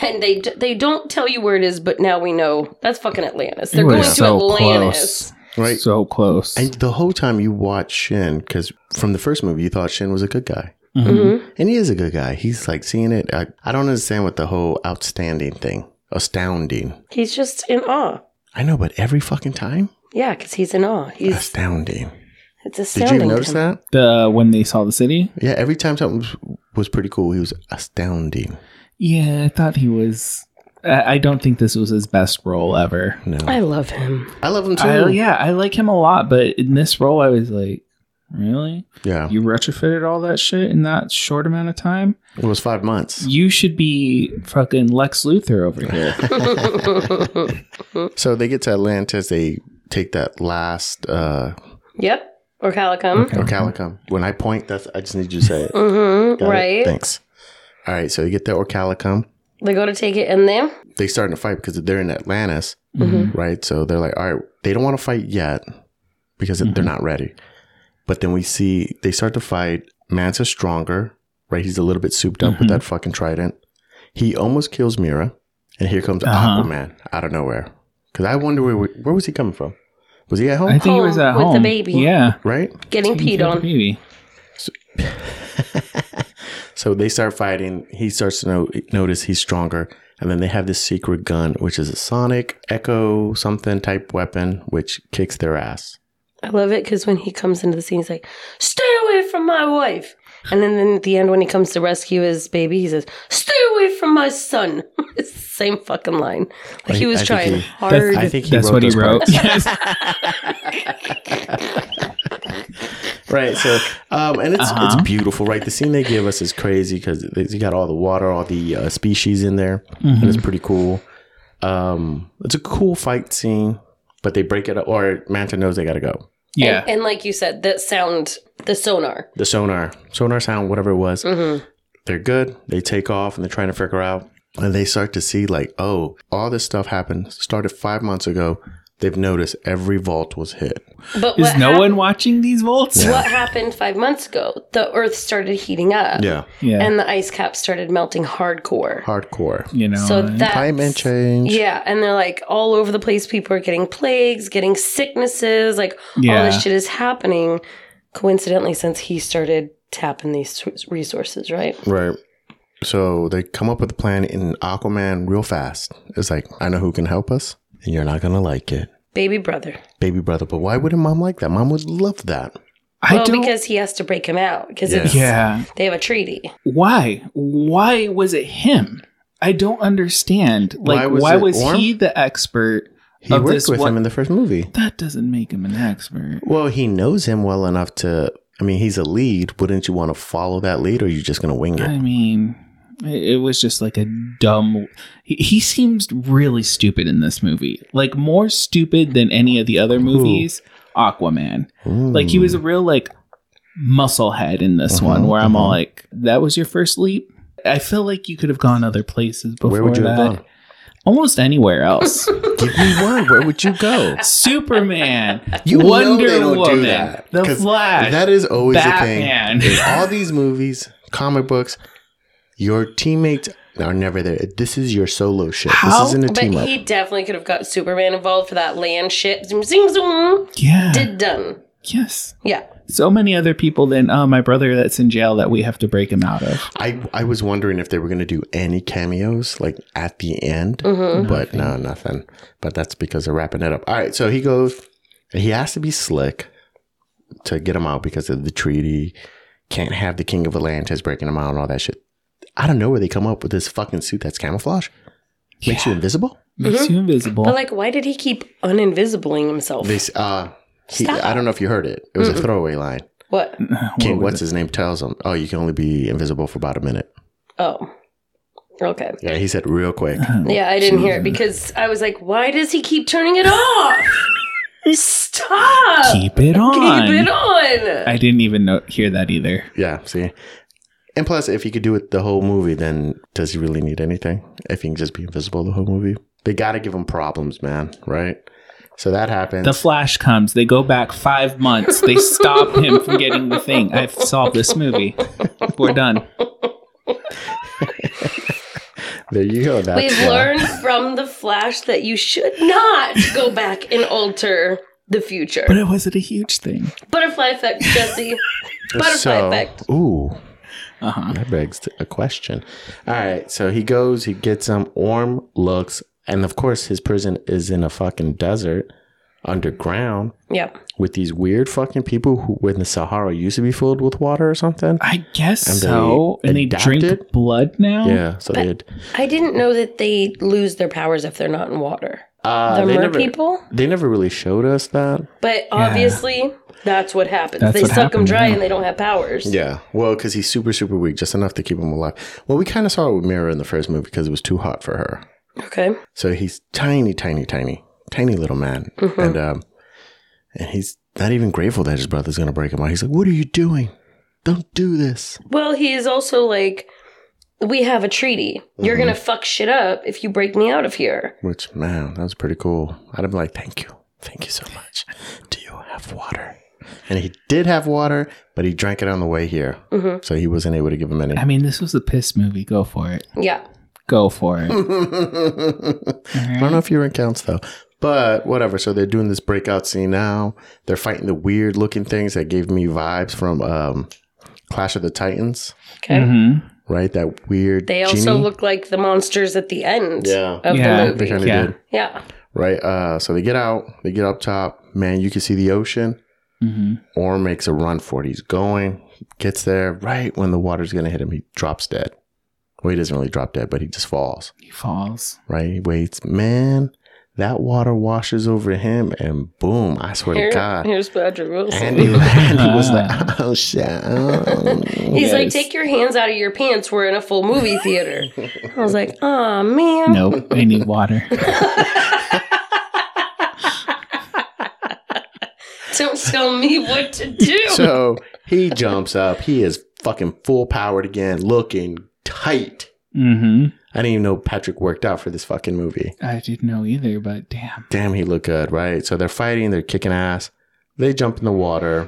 Speaker 3: and they d- they don't tell you where it is, but now we know that's fucking Atlantis. They're
Speaker 2: It was
Speaker 3: going
Speaker 2: so
Speaker 3: to Atlantis.
Speaker 1: Right.
Speaker 2: So close.
Speaker 1: and the whole time you watch Shin, because from the first movie you thought Shin was a good guy,
Speaker 2: Mhm.
Speaker 3: Mhm.
Speaker 1: and he is a good guy. He's like seeing it. I, I don't understand what the whole outstanding thing, astounding.
Speaker 3: He's just in awe.
Speaker 1: I know, but every fucking time,
Speaker 3: Yeah, because he's in awe. He's
Speaker 1: astounding.
Speaker 3: it's
Speaker 1: Did
Speaker 3: astounding.
Speaker 1: you notice
Speaker 3: to him.
Speaker 1: that?
Speaker 2: The when they saw the city.
Speaker 1: Yeah, every time something was, was pretty cool, he was astounding.
Speaker 2: Yeah, I thought he was. I, I don't think this was his best role ever.
Speaker 1: No,
Speaker 3: I love him.
Speaker 1: I love him too.
Speaker 2: I, yeah, I like him a lot, but in this role, I was like, really?
Speaker 1: yeah,
Speaker 2: You retrofitted all that shit in that short amount of time?
Speaker 1: it was five months.
Speaker 2: You should be fucking Lex Luthor over here.
Speaker 1: So they get to Atlantis. They take that last uh,
Speaker 3: yep. Or Calicum.
Speaker 2: Okay.
Speaker 1: Orcalicum. When I point, that's I just need you to say it.
Speaker 3: Mm-hmm.
Speaker 1: Got it?
Speaker 3: Right.
Speaker 1: Thanks. All right. So they get the Orcalicum.
Speaker 3: They go to take it in there.
Speaker 1: They start to fight because they're in Atlantis,
Speaker 3: Mm-hmm.
Speaker 2: Mhm.
Speaker 1: right? So they're like, all right, they don't want to fight yet because
Speaker 2: Mm-hmm.
Speaker 1: they're not ready. But then we see they start to fight. Mansa's stronger, right? He's a little bit souped up
Speaker 2: Mm-hmm.
Speaker 1: with that fucking trident. He almost kills Mira, and here comes
Speaker 2: Uh-huh.
Speaker 1: Aquaman out of nowhere. Because I wonder where where was he coming from? Was he at home?
Speaker 2: I think he was
Speaker 3: Home
Speaker 2: at
Speaker 3: with the
Speaker 2: home.
Speaker 3: baby.
Speaker 2: Yeah.
Speaker 1: right.
Speaker 3: Getting peed on.
Speaker 2: Baby.
Speaker 1: So they start fighting. He starts to know, notice he's stronger. And then they have this secret gun, which is a sonic echo something type weapon, which kicks their ass.
Speaker 3: I love it because when he comes into the scene, he's like, "Stay away from my wife." And then, then at the end, when he comes to rescue his baby, he says, "Stay away from my son." it's the same fucking line. Like he
Speaker 1: I-
Speaker 3: was
Speaker 1: I think
Speaker 3: trying
Speaker 1: he-
Speaker 3: hard.
Speaker 1: I think he
Speaker 2: That's
Speaker 1: wrote
Speaker 2: what he
Speaker 1: those
Speaker 2: wrote.
Speaker 1: parts.
Speaker 2: Yes.
Speaker 1: Right. So, um, and it's it's beautiful, right? The scene they give us is crazy because you got all the water, all the uh, species in there,
Speaker 2: Mm-hmm.
Speaker 1: and it's pretty cool. Um, it's a cool fight scene, but they break it up, or Manta knows they got to go.
Speaker 2: Yeah.
Speaker 3: And like you said, that sound, the sonar.
Speaker 1: The sonar, sonar sound, whatever it was.
Speaker 3: Mm-hmm.
Speaker 1: they're good. They take off and they're trying to figure out. And they start to see, like, oh, all this stuff happened, started five months ago. They've noticed every vault was hit.
Speaker 3: But
Speaker 2: Is
Speaker 3: what
Speaker 2: no
Speaker 3: hap-
Speaker 2: one watching these volts?
Speaker 3: What happened five months ago? The Earth started heating up,
Speaker 1: Yeah.
Speaker 2: Yeah.
Speaker 3: and the ice cap started melting hardcore.
Speaker 1: Hardcore.
Speaker 2: you know.
Speaker 3: So
Speaker 2: uh,
Speaker 3: that
Speaker 1: Climate change.
Speaker 3: Yeah, and they're like all over the place. People are getting plagues, getting sicknesses. Like all
Speaker 2: Yeah.
Speaker 3: this shit is happening. Coincidentally, since he started tapping these s- resources, right?
Speaker 1: Right. So they come up with a plan in Aquaman real fast. It's like, I know who can help us, and you're not going to like it.
Speaker 3: Baby brother.
Speaker 1: Baby brother. But why wouldn't mom like that? Mom would love that.
Speaker 2: I
Speaker 3: Well,
Speaker 2: don't.
Speaker 3: because he has to break him out because
Speaker 1: Yeah.
Speaker 2: yeah.
Speaker 3: they have a treaty.
Speaker 2: Why? Why was it him? I don't understand. Like, why
Speaker 1: Why
Speaker 2: was,
Speaker 1: was it Orm?
Speaker 2: he the expert?
Speaker 1: He
Speaker 2: Of
Speaker 1: worked
Speaker 2: this
Speaker 1: with
Speaker 2: one-
Speaker 1: him in the first movie.
Speaker 2: That doesn't make him an expert.
Speaker 1: Well, he knows him well enough to. I mean, he's a lead. Wouldn't you want to follow that lead, or are you just going to wing it?
Speaker 2: I mean, it, it was just like a dumb. He, he seems really stupid in this movie. Like more stupid than any of the other movies. Aquaman.
Speaker 1: Hmm.
Speaker 2: Like he was a real like muscle head in this
Speaker 1: Mhm,
Speaker 2: one, where I'm all
Speaker 1: mhm.
Speaker 2: like, "That was your first leap." I feel like you could have gone other places before
Speaker 1: Where would you
Speaker 2: that.
Speaker 1: have gone?
Speaker 2: Almost anywhere else.
Speaker 1: Give me one. Where would you go?
Speaker 2: Superman,
Speaker 1: You know
Speaker 2: Wonder
Speaker 1: they don't do
Speaker 2: Woman,
Speaker 1: that,
Speaker 2: The
Speaker 1: 'cause
Speaker 2: Flash.
Speaker 1: That is always
Speaker 2: Batman.
Speaker 1: the thing. In all these movies, comic books, your teammates are never there. This is your solo shit.
Speaker 2: How?
Speaker 1: This isn't a
Speaker 3: But
Speaker 1: team up.
Speaker 3: he definitely could have got Superman involved for that land shit. Zoom, zing, zoom.
Speaker 2: yeah.
Speaker 3: Did done.
Speaker 2: yes.
Speaker 3: Yeah.
Speaker 2: so many other people than uh, my brother that's in jail that we have to break him out of.
Speaker 1: I, I was wondering if they were going to do any cameos like at the end,
Speaker 3: Mm-hmm.
Speaker 1: but no, nothing. But that's because they're wrapping it up. All right, so he goes, he has to be slick to get him out because of the treaty. Can't have the king of Atlantis breaking him out and all that shit. I don't know where they come up with this fucking suit that's camouflage. Makes you invisible.
Speaker 2: Makes you invisible.
Speaker 3: But like, why did he keep uninvisibling himself?
Speaker 1: They s- uh, he,
Speaker 3: Oh. Stop.
Speaker 1: I don't know if you heard it. It was a throwaway line.
Speaker 3: what?
Speaker 1: King,
Speaker 2: was
Speaker 1: what's his name tells him, "Oh, you can only be invisible for about a minute."
Speaker 3: Oh, okay.
Speaker 1: Yeah, he said real quick.
Speaker 2: Uh-huh.
Speaker 3: Yeah, I didn't hear it because I was like, why does he keep turning it off? Stop!
Speaker 2: Keep it on.
Speaker 3: Keep it on.
Speaker 2: I didn't even know, hear that either.
Speaker 1: Yeah, see. And plus, if he could do it the whole movie, then does he really need anything? If he can just be invisible the whole movie, they got to give him problems, man. Right? So that happens.
Speaker 2: The Flash comes. They go back five months. They stop him from getting the thing. I've solved this movie. We're done.
Speaker 1: there you go. That's uh,
Speaker 3: We've
Speaker 1: why.
Speaker 3: learned from the Flash that you should not go back and alter the future.
Speaker 2: But it wasn't a huge thing.
Speaker 3: Butterfly effect, Jesse. Butterfly effect.
Speaker 1: Ooh,
Speaker 2: Uh huh.
Speaker 1: that begs a question. All right, so he goes, he gets him. Orm looks, and of course, his prison is in a fucking desert, underground.
Speaker 3: Yep.
Speaker 1: with these weird fucking people who when the Sahara used to be filled with water or something.
Speaker 2: I guess
Speaker 1: And they
Speaker 2: so. And they drink
Speaker 1: adapted?
Speaker 2: blood now.
Speaker 3: Um,
Speaker 1: Yeah, so they had,
Speaker 3: I didn't know that they lose their powers if they're not in water.
Speaker 1: uh,
Speaker 3: The
Speaker 1: they
Speaker 3: mer
Speaker 1: never
Speaker 3: people?
Speaker 1: they never really showed us that.
Speaker 3: But obviously, that's what happens.
Speaker 2: That's
Speaker 3: they
Speaker 2: what
Speaker 3: suck them
Speaker 2: happened,
Speaker 3: dry
Speaker 2: yeah.
Speaker 3: and they don't have powers.
Speaker 1: Yeah, well, because he's super super weak, just enough to keep him alive. Well, we kind of saw it with Mira in the first movie because it was too hot for her.
Speaker 3: Okay.
Speaker 1: So he's tiny, tiny, tiny, tiny little man,
Speaker 3: Mm-hmm. Hmm.
Speaker 1: and um, and he's not even grateful that his brother's gonna break him out. He's like, "What are you doing? Don't do this."
Speaker 3: Well, he is also like, we have a treaty. You're going to fuck shit up if you break me out of here.
Speaker 1: Which man, that was pretty cool. I'd have been like, "Thank you, thank you so much." Do you have water? And he did have water, but he drank it on the way here,
Speaker 3: Mhm.
Speaker 1: so he wasn't able to give him any.
Speaker 2: I mean, this was a piss movie. Go for it.
Speaker 3: Yeah.
Speaker 2: Go for it.
Speaker 1: Mm. I don't know if your accounts though, but whatever. So they're doing this breakout scene now. They're fighting the weird looking things that gave me vibes from um, Clash of the Titans,
Speaker 3: Okay.
Speaker 2: Mhm.
Speaker 1: right? That weird.
Speaker 3: They also
Speaker 1: genie.
Speaker 3: look like the monsters at the end
Speaker 1: Yeah.
Speaker 3: of
Speaker 2: Yeah.
Speaker 1: They
Speaker 3: the movie.
Speaker 1: kind of
Speaker 2: Yeah.
Speaker 1: did,
Speaker 3: Yeah.
Speaker 1: right? Uh, so they get out. They get up top. Man, you can see the ocean.
Speaker 2: Mhm.
Speaker 1: Orm makes a run for it. He's going, gets there right when the water's going to hit him. He drops dead. Well, he doesn't really drop dead, but he just falls,
Speaker 2: He falls.
Speaker 1: right? He waits. Man, that water washes over him and boom, I swear
Speaker 3: Here-
Speaker 1: to God.
Speaker 3: here's Patrick Wilson.
Speaker 1: Andy, Andy was like, oh, shit. Oh.
Speaker 3: He's like,
Speaker 2: Yes.
Speaker 3: take your hands out of your pants. We're in a full movie theater. I was like, oh, man.
Speaker 2: Nope. I need water.
Speaker 3: Don't tell me what to do.
Speaker 1: so he jumps up. He is fucking full powered again, looking tight.
Speaker 2: hmm
Speaker 1: I didn't even know Patrick worked out for this fucking movie.
Speaker 2: I didn't know either, but damn.
Speaker 1: damn, he looked good, right? So they're fighting, they're kicking ass. They jump in the water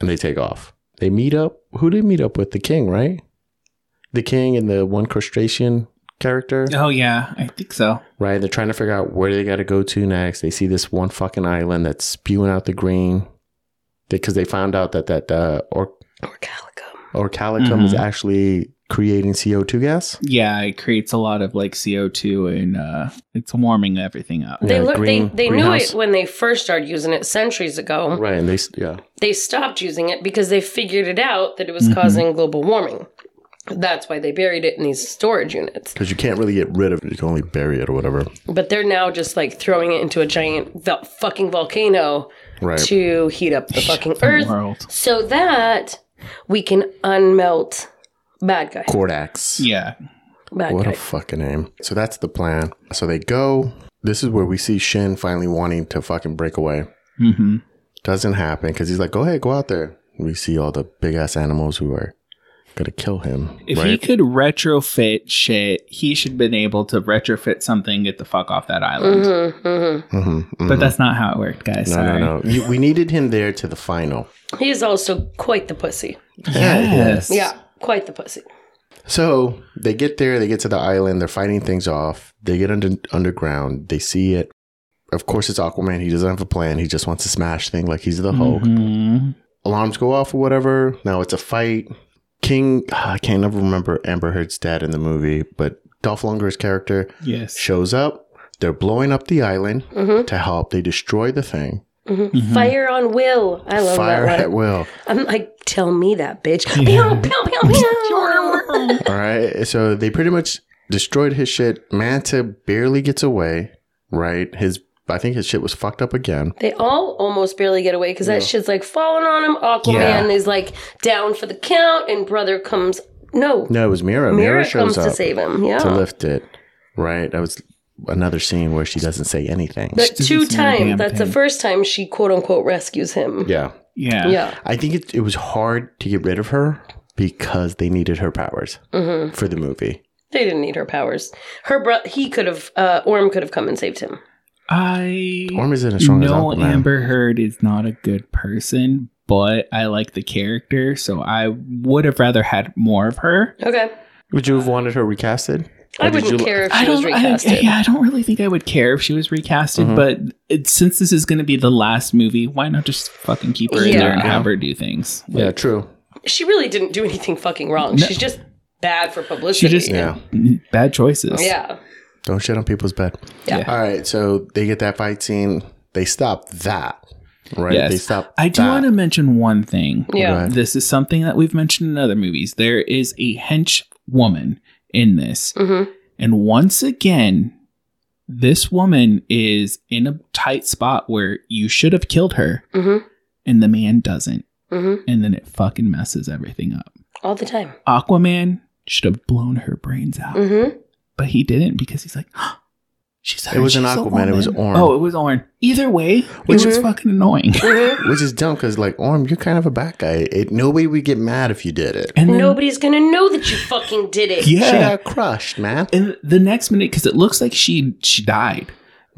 Speaker 1: and they take off. They meet up. Who did they meet up with? The king, right? The king and the one crustacean character,
Speaker 2: Oh, yeah. I think so.
Speaker 1: right? They're trying to figure out where they got to go to next. They see this one fucking island that's spewing out the green because they found out that that uh, or-
Speaker 3: Or calico.
Speaker 1: orcalicum is
Speaker 2: Mhm.
Speaker 1: actually creating CO2 gas.
Speaker 2: Yeah, it creates a lot of like CO2 and uh, it's warming everything up.
Speaker 1: Yeah,
Speaker 3: They, look,
Speaker 1: green-
Speaker 3: they they knew
Speaker 1: greenhouse.
Speaker 3: it when they first started using it centuries ago.
Speaker 1: Right, and they s- yeah,
Speaker 3: They stopped using it because they figured it out that it was
Speaker 2: Mhm.
Speaker 3: causing global warming. That's why they buried it in these storage units.
Speaker 1: because you can't really get rid of it. You can only bury it or whatever.
Speaker 3: But they're now just like throwing it into a giant vo- fucking volcano
Speaker 1: Right.
Speaker 3: to heat up the fucking earth
Speaker 2: world.
Speaker 3: so that we can unmelt bad guy.
Speaker 1: Cordax.
Speaker 2: Yeah.
Speaker 3: Bad
Speaker 1: What
Speaker 3: guy.
Speaker 1: a fucking name. So that's the plan. So they go. This is where we see Shin finally wanting to fucking break away.
Speaker 2: hmm
Speaker 1: Doesn't happen because he's like, go ahead, go out there. We see all the big ass animals who are going to kill him.
Speaker 2: If he
Speaker 1: right?
Speaker 2: could retrofit shit, he should been able to retrofit something, get the fuck off that island.
Speaker 3: Mm-hmm.
Speaker 1: Mhm, mhm.
Speaker 2: But that's not how it worked, guys.
Speaker 1: no,
Speaker 2: Sorry.
Speaker 1: no, no. You, we needed him there to the final.
Speaker 3: He is also quite the pussy.
Speaker 2: Yes.
Speaker 3: Yeah, quite the pussy.
Speaker 1: So they get there, they get to the island, they're fighting things off. They get under underground, they see it. Of course, it's Aquaman. He doesn't have a plan. He just wants to smash thing like he's the Hulk.
Speaker 2: Mhm.
Speaker 1: alarms go off or whatever. Now it's a fight. King, ah, I can't never remember Amber Heard's dad in the movie, but Dolph Lundgren's character
Speaker 2: Yes.
Speaker 1: shows up. They're blowing up the island
Speaker 3: Mhm.
Speaker 1: to help. They destroy the thing.
Speaker 3: mm-hmm. Fire on Will. I love
Speaker 1: Mm-hmm. Fire
Speaker 3: that
Speaker 1: at
Speaker 3: one.
Speaker 1: will.
Speaker 3: I'm like, tell me that, bitch. Pew, pew, pew, pew.
Speaker 1: All right. So they pretty much destroyed his shit. Manta barely gets away. Right. His I think his shit was fucked up again.
Speaker 3: They all almost barely get away because that shit's like falling on him. Aquaman is like down for the count, and brother comes. No,
Speaker 1: No, it was Mira. Mira,
Speaker 3: Mira
Speaker 1: shows
Speaker 3: comes
Speaker 1: up
Speaker 3: to save him. Yeah,
Speaker 1: to lift it. Right. That was another scene where she doesn't say anything.
Speaker 3: but
Speaker 2: doesn't say a
Speaker 3: two
Speaker 2: damn
Speaker 3: times. That's the
Speaker 2: thing.
Speaker 3: first time she quote unquote rescues him.
Speaker 1: yeah.
Speaker 2: Yeah.
Speaker 3: Yeah,
Speaker 1: I think it, it was hard to get rid of her because they needed her powers for the movie.
Speaker 3: mm-hmm. they didn't need her powers. Her bro, he could have. Uh, Orm could have come and saved him.
Speaker 2: I
Speaker 1: Orm isn't as strong as
Speaker 2: know
Speaker 1: Aquaman.
Speaker 2: Amber Heard is not a good person, but I like the character, so I would have rather had more of her.
Speaker 3: Okay,
Speaker 1: Would you have wanted her recasted?
Speaker 3: I
Speaker 1: Or did
Speaker 3: wouldn't
Speaker 1: you-
Speaker 3: care if
Speaker 2: I
Speaker 3: she was
Speaker 2: don't. I,
Speaker 3: recasted.
Speaker 2: yeah, I don't really think I would care if she was recasted,
Speaker 1: Mhm.
Speaker 2: but it, since this is going to be the last movie, why not just fucking keep her in there and
Speaker 1: Yeah.
Speaker 2: have her do things?
Speaker 1: Yeah, true.
Speaker 3: She really didn't do anything fucking wrong.
Speaker 2: No.
Speaker 3: She's just bad for
Speaker 2: She
Speaker 3: publicity.
Speaker 2: just
Speaker 1: Yeah.
Speaker 2: bad choices.
Speaker 3: yeah.
Speaker 1: Don't shit on people's bed.
Speaker 3: Yeah.
Speaker 1: All right. So they get that fight scene. They stop that. Right.
Speaker 2: Yes.
Speaker 1: They stop.
Speaker 2: I do
Speaker 1: that.
Speaker 2: want to mention one thing.
Speaker 3: Yeah.
Speaker 1: Okay.
Speaker 2: This is something that we've mentioned in other movies. There is a hench woman in this.
Speaker 3: Mm-hmm.
Speaker 2: And once again, this woman is in a tight spot where you should have killed her,
Speaker 3: Mm-hmm.
Speaker 2: and the man doesn't.
Speaker 3: Mm-hmm.
Speaker 2: And then it fucking messes everything up.
Speaker 3: All the time.
Speaker 2: Aquaman should have blown her brains out,
Speaker 3: Mm-hmm.
Speaker 2: but he didn't because he's like, she's her,
Speaker 1: It wasn't
Speaker 2: she's a
Speaker 1: Aquaman, it was
Speaker 2: woman."
Speaker 1: Orm.
Speaker 2: Oh, it was Orn. Either way,
Speaker 1: Which-
Speaker 2: which is fucking annoying.
Speaker 3: Mm-hmm.
Speaker 1: Which is dumb because, like, Orm, you're kind of a bad guy. It, nobody would get mad if you did it.
Speaker 2: And then-
Speaker 3: Nobody's gonna know that you fucking did it.
Speaker 2: Yeah.
Speaker 1: She got crushed, man.
Speaker 2: And the next minute, because it looks like she she died.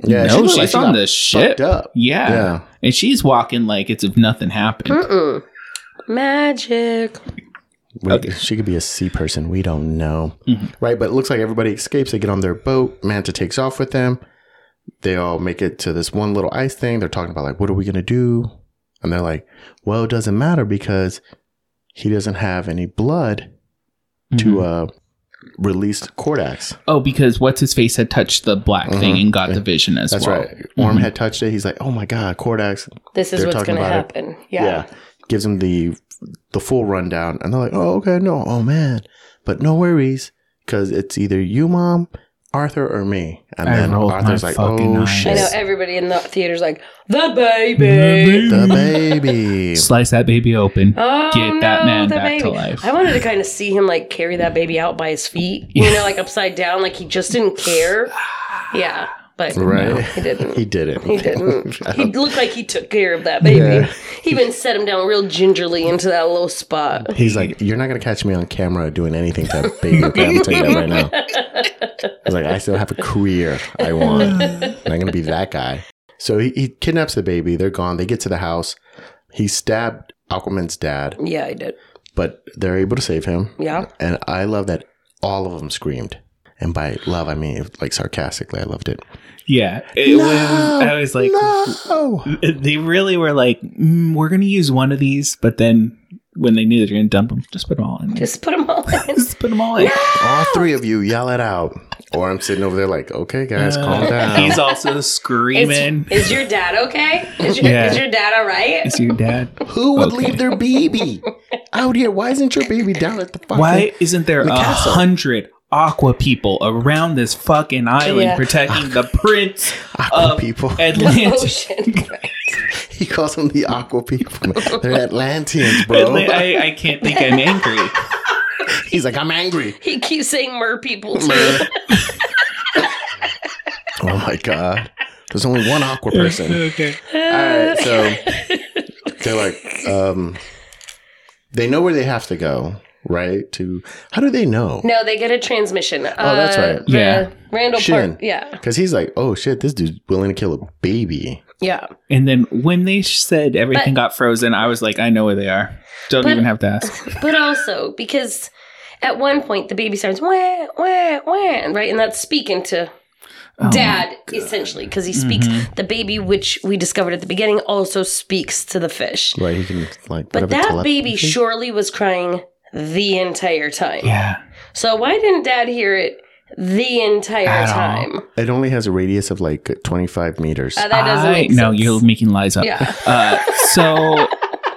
Speaker 1: Yeah,
Speaker 2: no,
Speaker 1: she looked
Speaker 2: she's
Speaker 1: like she
Speaker 2: on
Speaker 1: got
Speaker 2: the ship.
Speaker 1: fucked up.
Speaker 2: Yeah.
Speaker 1: Yeah.
Speaker 2: and she's walking like it's if nothing happened.
Speaker 3: Mm-mm. Magic.
Speaker 1: We-
Speaker 2: Okay.
Speaker 1: She could be a sea person. We don't know.
Speaker 2: Mhm.
Speaker 1: Right. But it looks like everybody escapes. They get on their boat. Manta takes off with them. They all make it to this one little ice thing. They're talking about, like, what are we going to do? And they're like, well, it doesn't matter because he doesn't have any blood to
Speaker 2: Mhm.
Speaker 1: uh, release Cordax.
Speaker 2: oh, because what's his face had touched the black thing
Speaker 1: Mhm.
Speaker 2: and got the vision as
Speaker 1: That's
Speaker 2: well.
Speaker 1: right. Orm
Speaker 2: Mhm.
Speaker 1: had touched it. He's like, oh my God, Cordax.
Speaker 3: This is
Speaker 1: They're
Speaker 3: what's
Speaker 1: talking
Speaker 3: gonna
Speaker 1: about
Speaker 3: happen. Yeah.
Speaker 1: Gives him the the full rundown, and they're like, "Oh, okay, no, oh man, but no worries, because it's either you, mom, Arthur, or me." And
Speaker 2: I
Speaker 1: then
Speaker 2: rolled
Speaker 1: Arthur's
Speaker 2: my
Speaker 1: like,
Speaker 2: fucking
Speaker 1: "Oh
Speaker 2: eyes.
Speaker 3: I
Speaker 1: shit,
Speaker 3: know
Speaker 2: Yes.
Speaker 3: everybody in the theater's like, the baby.
Speaker 1: the baby."
Speaker 2: Slice that baby open.
Speaker 3: Oh,
Speaker 2: Get that
Speaker 3: no,
Speaker 2: man
Speaker 3: the
Speaker 2: back
Speaker 3: baby.
Speaker 2: to life.
Speaker 3: I wanted to kind of see him like carry that baby out by his feet, you know, like upside down, like he just didn't care. Yeah, but
Speaker 1: Right.
Speaker 3: he didn't.
Speaker 1: he did it.
Speaker 3: He didn't. He looked like he took care of that baby.
Speaker 1: Yeah.
Speaker 3: He even set him down real gingerly into that little spot.
Speaker 1: He's like, "You're not gonna catch me on camera doing anything to that baby. Okay, I'm gonna tell you that right now." He's like, "I still have a career I want. I'm not gonna be that guy." So he, he kidnaps the baby. They're gone. They get to the house. He stabbed Aquaman's dad,
Speaker 3: Yeah, I did.
Speaker 1: but they're able to save him.
Speaker 3: Yeah.
Speaker 1: And I love that all of them screamed. And by love, I mean like sarcastically. I loved it.
Speaker 2: Yeah, it was. I was like,
Speaker 1: no.
Speaker 2: they really were like, mm, we're gonna use one of these, but then when they knew they were gonna dump them, just put them all in. Just,
Speaker 3: Just put him all in.
Speaker 2: put them all in.
Speaker 1: All three of you yell it out. Or I'm sitting over there like, okay, guys, calm down.
Speaker 2: Uh, He's also screaming.
Speaker 3: Is, is your dad okay? Is your,
Speaker 2: Yeah.
Speaker 3: is your dad all right?
Speaker 2: It's your dad.
Speaker 1: Who would
Speaker 2: Okay.
Speaker 1: leave their baby out here? Why isn't your baby down at the fucking?
Speaker 2: Why isn't there
Speaker 1: the
Speaker 2: a
Speaker 1: castle.
Speaker 2: hundred aqua people around this fucking island
Speaker 3: Yeah.
Speaker 2: protecting the prince
Speaker 1: Aqua
Speaker 2: of
Speaker 1: people.
Speaker 3: Oh
Speaker 2: Atlantis?
Speaker 3: shit!
Speaker 1: He calls them the aqua people. man. They're Atlanteans, bro.
Speaker 2: Atla- I, I can't think I'm angry.
Speaker 1: He's like, I'm angry.
Speaker 3: He keeps saying mer people too.
Speaker 1: Mer. Oh my god. There's only one aqua person.
Speaker 2: okay.
Speaker 1: All right, so they're like, um, they know where they have to go, right? To how do they know?
Speaker 3: No, they get a transmission. Oh,
Speaker 1: that's right.
Speaker 2: Yeah.
Speaker 3: Randall
Speaker 1: Shin.
Speaker 3: Park. Yeah,
Speaker 1: Because he's like, oh shit, this dude's willing to kill a baby.
Speaker 3: yeah.
Speaker 2: And then when they said everything got frozen, I was like, I know where they are. Don't
Speaker 3: But-
Speaker 2: even have to ask.
Speaker 3: But also because at one point the baby starts wah wah wah, right, and that's speaking to
Speaker 2: Oh,
Speaker 3: dad, essentially, because he speaks.
Speaker 2: Mm-hmm.
Speaker 3: The baby, which we discovered at the beginning, also speaks to the fish.
Speaker 1: Right, he can like.
Speaker 3: But
Speaker 1: whatever,
Speaker 3: that
Speaker 1: telep-
Speaker 3: baby surely was crying the entire time.
Speaker 2: Yeah.
Speaker 3: So why didn't dad hear it the entire
Speaker 2: At all.
Speaker 3: time?
Speaker 1: It only has a radius of like 25 meters.
Speaker 3: Uh, that doesn't
Speaker 2: I,
Speaker 3: make
Speaker 2: No,
Speaker 3: sense.
Speaker 2: you're making lies up.
Speaker 3: Yeah.
Speaker 2: Uh, so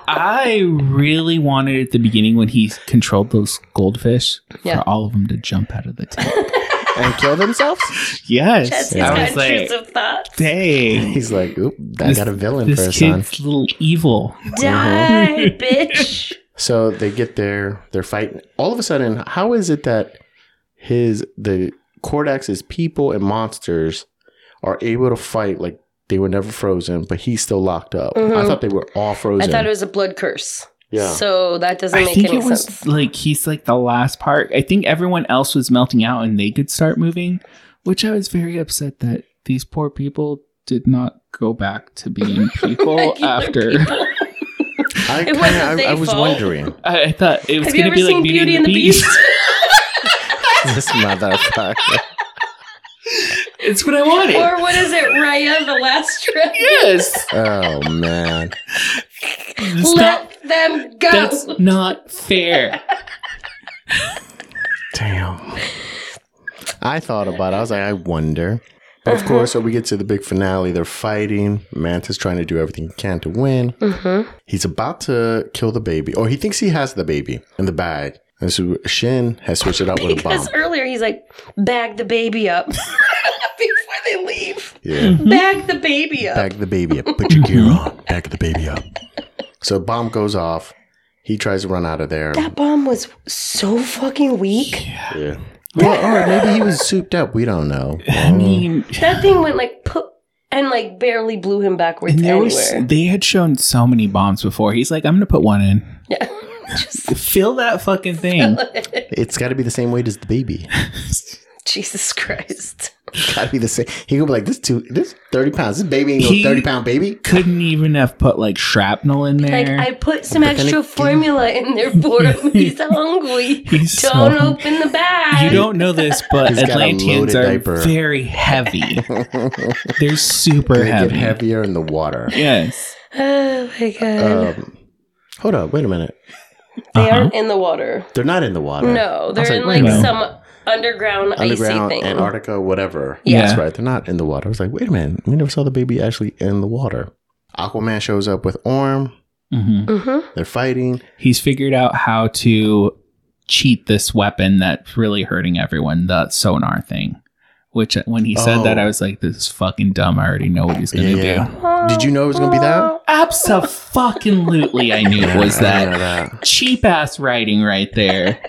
Speaker 2: I really wanted at the beginning when he controlled those goldfish
Speaker 3: Yeah.
Speaker 2: for all of them to jump out of the tank.
Speaker 1: and kill themselves?
Speaker 2: yes.
Speaker 3: Jesse's
Speaker 1: Yeah.
Speaker 3: got
Speaker 2: I was like,
Speaker 3: intrusive thoughts.
Speaker 2: dang.
Speaker 1: He's like, oop, I
Speaker 2: This-
Speaker 1: got a villain for a
Speaker 2: This
Speaker 1: son. Uh-huh.
Speaker 2: kid's little evil. Uh-huh.
Speaker 3: Die, bitch.
Speaker 1: So they get there, they're fighting. All of a sudden, how is it that his the Cordax's people and monsters are able to fight like they were never frozen, but he's still locked up? I
Speaker 3: Mhm.
Speaker 1: thought they were all
Speaker 3: I
Speaker 1: frozen.
Speaker 3: thought it was a blood curse.
Speaker 1: yeah.
Speaker 3: So that doesn't
Speaker 2: I
Speaker 3: make
Speaker 2: think
Speaker 3: any
Speaker 2: it was
Speaker 3: sense.
Speaker 2: like he's like the last part. I think everyone else was melting out and they could start moving, which I was very upset that these poor people did not go back to being people
Speaker 3: Regular
Speaker 2: after.
Speaker 3: people.
Speaker 1: I,
Speaker 3: it
Speaker 1: kinda,
Speaker 3: wasn't
Speaker 1: I, I
Speaker 3: their
Speaker 1: was
Speaker 3: fault.
Speaker 1: wondering.
Speaker 2: I, I thought it was
Speaker 3: Have you
Speaker 2: going to
Speaker 3: ever
Speaker 2: be like
Speaker 3: seen
Speaker 2: Beauty, and the Beast.
Speaker 1: this motherfucker.
Speaker 2: it's what I wanted.
Speaker 3: or what is it, Raya the Last Dragon?
Speaker 2: yes.
Speaker 1: Oh man.
Speaker 2: It's not-
Speaker 3: Let them go.
Speaker 2: that's not fair.
Speaker 1: Damn. I thought about it. I was like, I wonder. But
Speaker 3: Mm-hmm.
Speaker 1: of course, so we get to the big finale. They're fighting. Manta's trying to do everything he can to win.
Speaker 3: mm-hmm.
Speaker 1: He's about to kill the baby, or he thinks he has the baby in the bag. And so Shin has switched it up with a bomb.
Speaker 3: Because earlier he's like, bag the baby up before they leave.
Speaker 1: Yeah.
Speaker 2: Hmm?
Speaker 3: Bag the baby up.
Speaker 1: Back the baby up. Put your gear on. Back the baby up. So a bomb goes off. He tries to run out of there.
Speaker 3: That bomb was so fucking weak.
Speaker 1: Yeah. Well, or maybe he was souped up. We don't know.
Speaker 2: I mean,
Speaker 3: That thing went like put and like barely blew him backwards
Speaker 2: and there
Speaker 3: anywhere.
Speaker 2: was, they had shown so many bombs before. He's like, I'm going to put one in.
Speaker 3: yeah. Just
Speaker 2: Fill that fucking thing.
Speaker 1: It's got to be the same weight as the baby.
Speaker 3: Jesus Christ.
Speaker 1: got to be the same. He gonna be like this. Two. This thirty pounds. This baby ain't
Speaker 2: He-
Speaker 1: no thirty pound baby.
Speaker 2: Couldn't even have put like shrapnel in there.
Speaker 3: Like I put some
Speaker 1: But then
Speaker 3: extra
Speaker 1: again-
Speaker 3: formula in there for him. He's hungry.
Speaker 2: He's so
Speaker 3: don't
Speaker 2: hungry.
Speaker 3: open the bag.
Speaker 2: you don't know this, but
Speaker 1: He's got a loaded
Speaker 2: Atlanteans are
Speaker 1: diaper.
Speaker 2: very heavy. They're super
Speaker 1: They get
Speaker 2: heavy.
Speaker 1: heavier in the water.
Speaker 2: Yes.
Speaker 3: Oh my god.
Speaker 1: Um, hold up. Wait a minute.
Speaker 2: uh-huh.
Speaker 3: they aren't in the water.
Speaker 1: They're not in the water.
Speaker 3: No, they're
Speaker 1: was
Speaker 3: in
Speaker 1: like,
Speaker 3: like
Speaker 1: wait a
Speaker 2: minute.
Speaker 3: some underground,
Speaker 1: underground
Speaker 3: icy thing.
Speaker 1: Antarctica, whatever.
Speaker 2: Yeah.
Speaker 1: That's right. They're not in the water. I was like, wait a minute. We never saw the baby actually in the water. Aquaman shows up with Orm.
Speaker 2: hmm
Speaker 3: Mm-hmm.
Speaker 1: They're fighting.
Speaker 2: He's figured out how to cheat this weapon that's really hurting everyone, the sonar thing. Which uh, when he said that,
Speaker 1: Oh.
Speaker 2: I was like, this is fucking dumb. I already know what he's going to do.
Speaker 1: Did you know it was gonna be that?
Speaker 2: Absolutely, I knew it was
Speaker 1: I didn't
Speaker 2: that.
Speaker 1: know that.
Speaker 2: Cheap ass writing right there.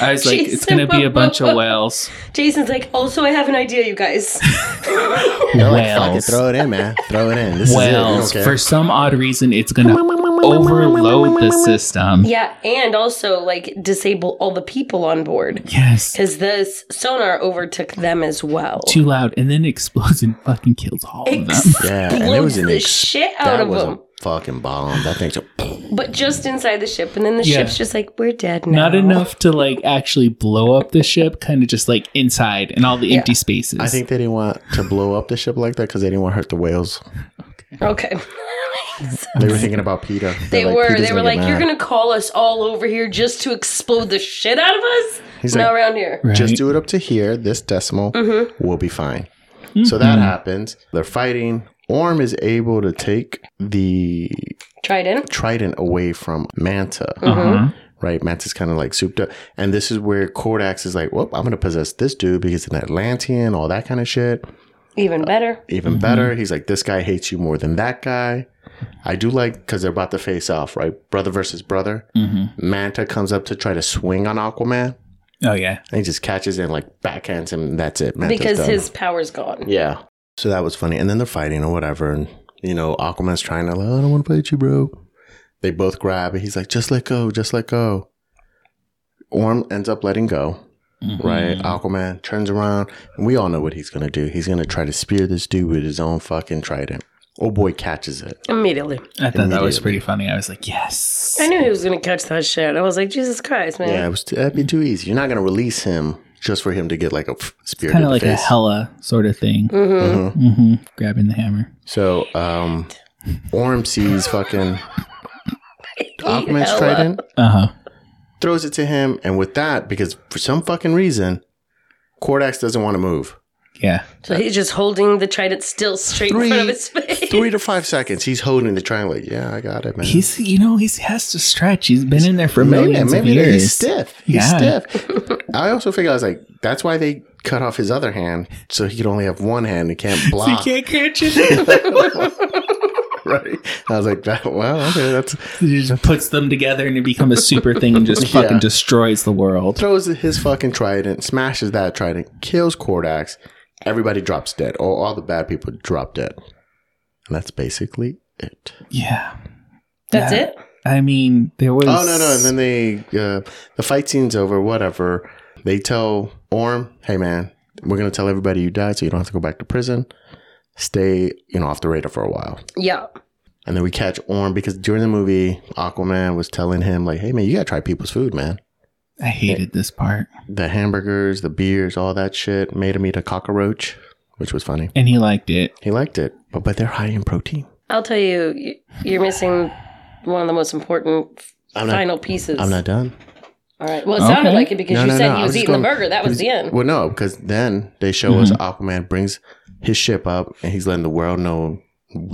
Speaker 2: I was like, it's
Speaker 3: Jason
Speaker 2: going to be a bunch of
Speaker 3: Momoa.
Speaker 2: whales.
Speaker 3: Jason's like, also, I have an idea, you guys.
Speaker 1: They're like, fuck it,
Speaker 2: Whales.
Speaker 1: throw it in, man. Throw it in. This is
Speaker 2: Whales.
Speaker 1: it. We don't care.
Speaker 2: For some odd reason, it's going to overload the system.
Speaker 3: yeah, and also like disable all the people on board
Speaker 2: Yes.
Speaker 3: because this sonar overtook them as well.
Speaker 2: Too loud. And then it explodes and fucking kills all of them.
Speaker 3: Explodes
Speaker 1: Yeah, and it was an
Speaker 3: the
Speaker 1: ex-
Speaker 3: shit out
Speaker 1: That
Speaker 3: of
Speaker 1: was
Speaker 3: them,
Speaker 1: a fucking bomb. That thing's a.
Speaker 3: but just inside the ship, and then the
Speaker 2: Yeah.
Speaker 3: ship's just like, we're dead now.
Speaker 2: Not enough to like actually blow up the ship, kind of just like inside and all the empty spaces.
Speaker 1: I think they didn't want to blow up the ship like that because they didn't want to hurt the whales.
Speaker 3: Okay.
Speaker 1: They were thinking about Peter.
Speaker 3: They were. They were like, "You're
Speaker 1: gonna
Speaker 3: gonna call us all over here just to explode the shit out of us."
Speaker 1: He's
Speaker 3: Not
Speaker 1: like-
Speaker 3: around here.
Speaker 2: Right.
Speaker 1: just do it up to here, this decimal,
Speaker 3: Mhm.
Speaker 1: we'll be fine. So that happens. They're fighting. Orm is able to take the
Speaker 3: Trident.
Speaker 1: trident away from Manta,
Speaker 3: Mm-hmm.
Speaker 2: Uh-huh.
Speaker 1: right? Manta's kind of like souped up. And this is where Kordax is like, whoop, I'm going to possess this dude because he's an Atlantean, all that kind of shit. Uh,
Speaker 3: Even better.
Speaker 1: Even better, he's like, this guy hates you more than that guy. I do like because they're about to face off, right? Brother versus brother.
Speaker 2: Mm-hmm.
Speaker 1: Manta comes up to try to swing on Aquaman.
Speaker 2: Oh, yeah.
Speaker 1: And he just catches and like backhands him. And that's it. Manta's
Speaker 3: Because
Speaker 1: done.
Speaker 3: his power's gone.
Speaker 1: Yeah. So that was funny. And then they're fighting or whatever. And, you know, Aquaman's trying to, like, I don't want to fight you, bro. They both grab and he's like, just let go, just let go. Orm ends up letting go,
Speaker 2: Mm-hmm.
Speaker 1: right? Aquaman turns around and we all know what he's going to do. He's going to try to spear this dude with his own fucking trident. Oh boy, catches it.
Speaker 3: Immediately.
Speaker 2: I thought that was
Speaker 1: Immediately.
Speaker 2: pretty funny. I was like, yes.
Speaker 3: I knew he was gonna catch that shit. I was like, Jesus Christ, man.
Speaker 1: Yeah, it was too, that'd be too easy. You're not going to release him just for him to get like a pff, spear
Speaker 2: Kind
Speaker 1: to
Speaker 2: of
Speaker 1: the
Speaker 2: like
Speaker 1: face.
Speaker 2: a hella sort of thing.
Speaker 3: Mm-hmm.
Speaker 1: Mhm.
Speaker 2: hmm Grabbing the hammer.
Speaker 1: So, um, Orm sees fucking Aquaman's
Speaker 3: Hella.
Speaker 1: trident,
Speaker 2: Uh huh.
Speaker 1: throws it to him, and with that, because for some fucking reason, Cordax doesn't want to move.
Speaker 2: Yeah.
Speaker 3: So he's just holding the trident still straight in front of his face.
Speaker 1: Three to five seconds, he's holding the trident. Like, yeah, I got it, man.
Speaker 2: He's, you know, he has to stretch. He's been in there for
Speaker 1: maybe,
Speaker 2: millions
Speaker 1: maybe
Speaker 2: of years.
Speaker 1: he's stiff. He's
Speaker 2: Yeah.
Speaker 1: stiff. I also figure I was like, that's why they cut off his other hand, so he could only have one hand and can't
Speaker 2: He
Speaker 1: block.
Speaker 2: can't catch it.
Speaker 1: right? I was like, that, well, okay, that's
Speaker 2: he just puts them together and they become a super thing and just
Speaker 1: Yeah.
Speaker 2: fucking destroys the world.
Speaker 1: throws his fucking trident, smashes that trident, kills Kordax. Everybody drops dead. All, all the bad people drop dead. And that's basically it.
Speaker 2: Yeah.
Speaker 3: That's
Speaker 2: Yeah.
Speaker 3: it.
Speaker 2: I mean, there was.
Speaker 1: Oh, no, no. And then they, uh, the fight scene's over, whatever. They tell Orm, hey, man, we're going to tell everybody you died so you don't have to go back to prison. Stay, you know, off the radar for a while.
Speaker 3: Yeah.
Speaker 1: And then we catch Orm because during the movie, Aquaman was telling him, like, hey, man, you got to try people's food, man.
Speaker 2: I hated this part.
Speaker 1: The hamburgers, the beers, all that shit made him eat a cockroach, which was funny.
Speaker 2: And he liked it.
Speaker 1: He liked it, but, but they're high in protein.
Speaker 3: I'll tell you, y- you're missing one of the most important
Speaker 1: I'm not-
Speaker 3: final pieces.
Speaker 1: I'm not done.
Speaker 3: All right. Well, it sounded
Speaker 2: Okay.
Speaker 3: like it because
Speaker 1: No,
Speaker 3: you
Speaker 1: no,
Speaker 3: said
Speaker 1: no,
Speaker 3: he
Speaker 1: I was
Speaker 3: was,
Speaker 1: just
Speaker 3: eating the
Speaker 1: going-
Speaker 3: burger. That was the end.
Speaker 1: Well, no, because then they show us
Speaker 2: Mm-hmm.
Speaker 1: Aquaman brings his ship up and he's letting the world know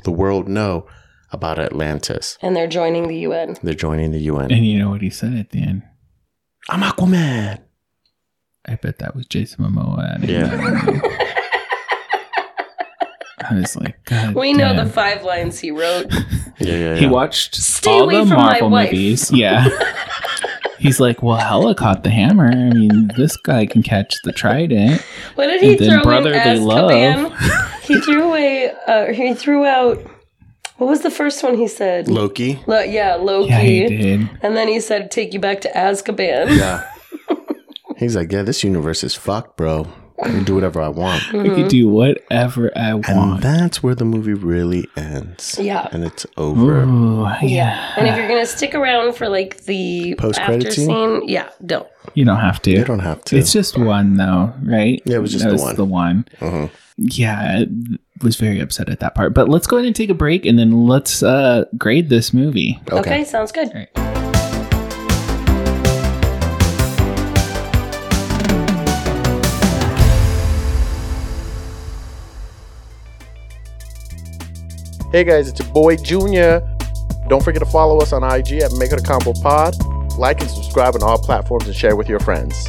Speaker 1: the world know about Atlantis.
Speaker 3: And they're joining the UN.
Speaker 1: They're joining the UN.
Speaker 2: And you know what he said at the end?
Speaker 1: I'm Aquaman.
Speaker 2: I bet that was Jason Momoa. at it.
Speaker 1: Yeah.
Speaker 2: I was like, God.
Speaker 3: We know
Speaker 2: damn.
Speaker 3: the five lines he wrote.
Speaker 1: yeah, yeah,
Speaker 2: He
Speaker 1: yeah.
Speaker 2: watched
Speaker 3: Stay
Speaker 2: all
Speaker 3: away
Speaker 2: the
Speaker 3: from my
Speaker 2: Marvel
Speaker 3: wife.
Speaker 2: movies. Yeah. He's like, well, Hella caught the hammer. I mean, this guy can catch the trident.
Speaker 3: What did he
Speaker 2: And then
Speaker 3: throw
Speaker 2: Brother
Speaker 3: in
Speaker 2: They
Speaker 3: as
Speaker 2: Love.
Speaker 3: Command? He threw away. Uh, he threw out. What was the first one he said?
Speaker 1: Loki.
Speaker 3: Lo- yeah, Loki.
Speaker 2: Yeah, he did.
Speaker 3: and then he said, "Take you back to Azkaban."
Speaker 1: Yeah. he's like, yeah, this universe is fucked, bro. I can do whatever I want.
Speaker 2: I
Speaker 3: Mm-hmm.
Speaker 2: could do whatever I
Speaker 1: And
Speaker 2: want.
Speaker 1: that's where the movie really ends.
Speaker 3: Yeah.
Speaker 1: And it's over.
Speaker 2: Ooh, yeah.
Speaker 3: And if you're gonna stick around for like the
Speaker 1: Post-credit
Speaker 3: after
Speaker 1: scene?
Speaker 3: scene, yeah, don't.
Speaker 2: You don't have to.
Speaker 1: You don't have to.
Speaker 2: It's just one, though, right?
Speaker 1: Yeah, it was just
Speaker 2: That
Speaker 1: the one.
Speaker 2: The one.
Speaker 1: Mhm.
Speaker 2: Yeah, I was very upset at that part. But let's go ahead and take a break, and then let's uh, grade this movie.
Speaker 3: Okay, sounds good.
Speaker 1: Hey guys, it's your boy Junior. Don't forget to follow us on IG at Make It a Combo Pod. Like and subscribe on all platforms and share with your friends.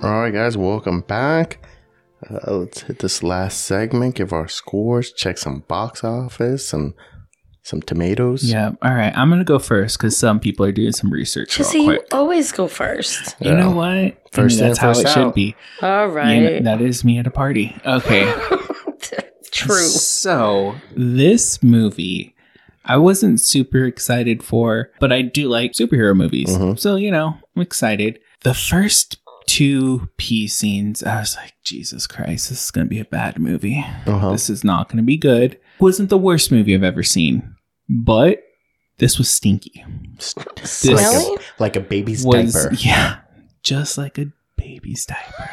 Speaker 1: All right, guys, welcome back. Uh, let's hit this last segment, give our scores, check some box office, some some tomatoes.
Speaker 2: Yeah. All right. I'm gonna go first because some people are doing some research. Real
Speaker 3: Jesse, you
Speaker 2: quick.
Speaker 3: always go first.
Speaker 2: You know what?
Speaker 1: First
Speaker 2: I mean, that's
Speaker 1: in,
Speaker 2: how
Speaker 1: first
Speaker 2: it should
Speaker 1: out.
Speaker 2: be.
Speaker 3: All
Speaker 2: You know,
Speaker 3: right.
Speaker 2: that is me at a party. Okay.
Speaker 3: True.
Speaker 2: So this movie, I wasn't super excited for, but I do like superhero movies.
Speaker 1: Mhm.
Speaker 2: So you know, I'm excited. The first two pee scenes, I was like, Jesus Christ, this is gonna be a bad movie.
Speaker 1: Uh-huh.
Speaker 2: This is not gonna be good. Wasn't the worst movie I've ever seen, but this was stinky.
Speaker 3: Smelly?
Speaker 1: like a baby's
Speaker 2: was
Speaker 1: diaper.
Speaker 2: yeah, just like a baby's diaper.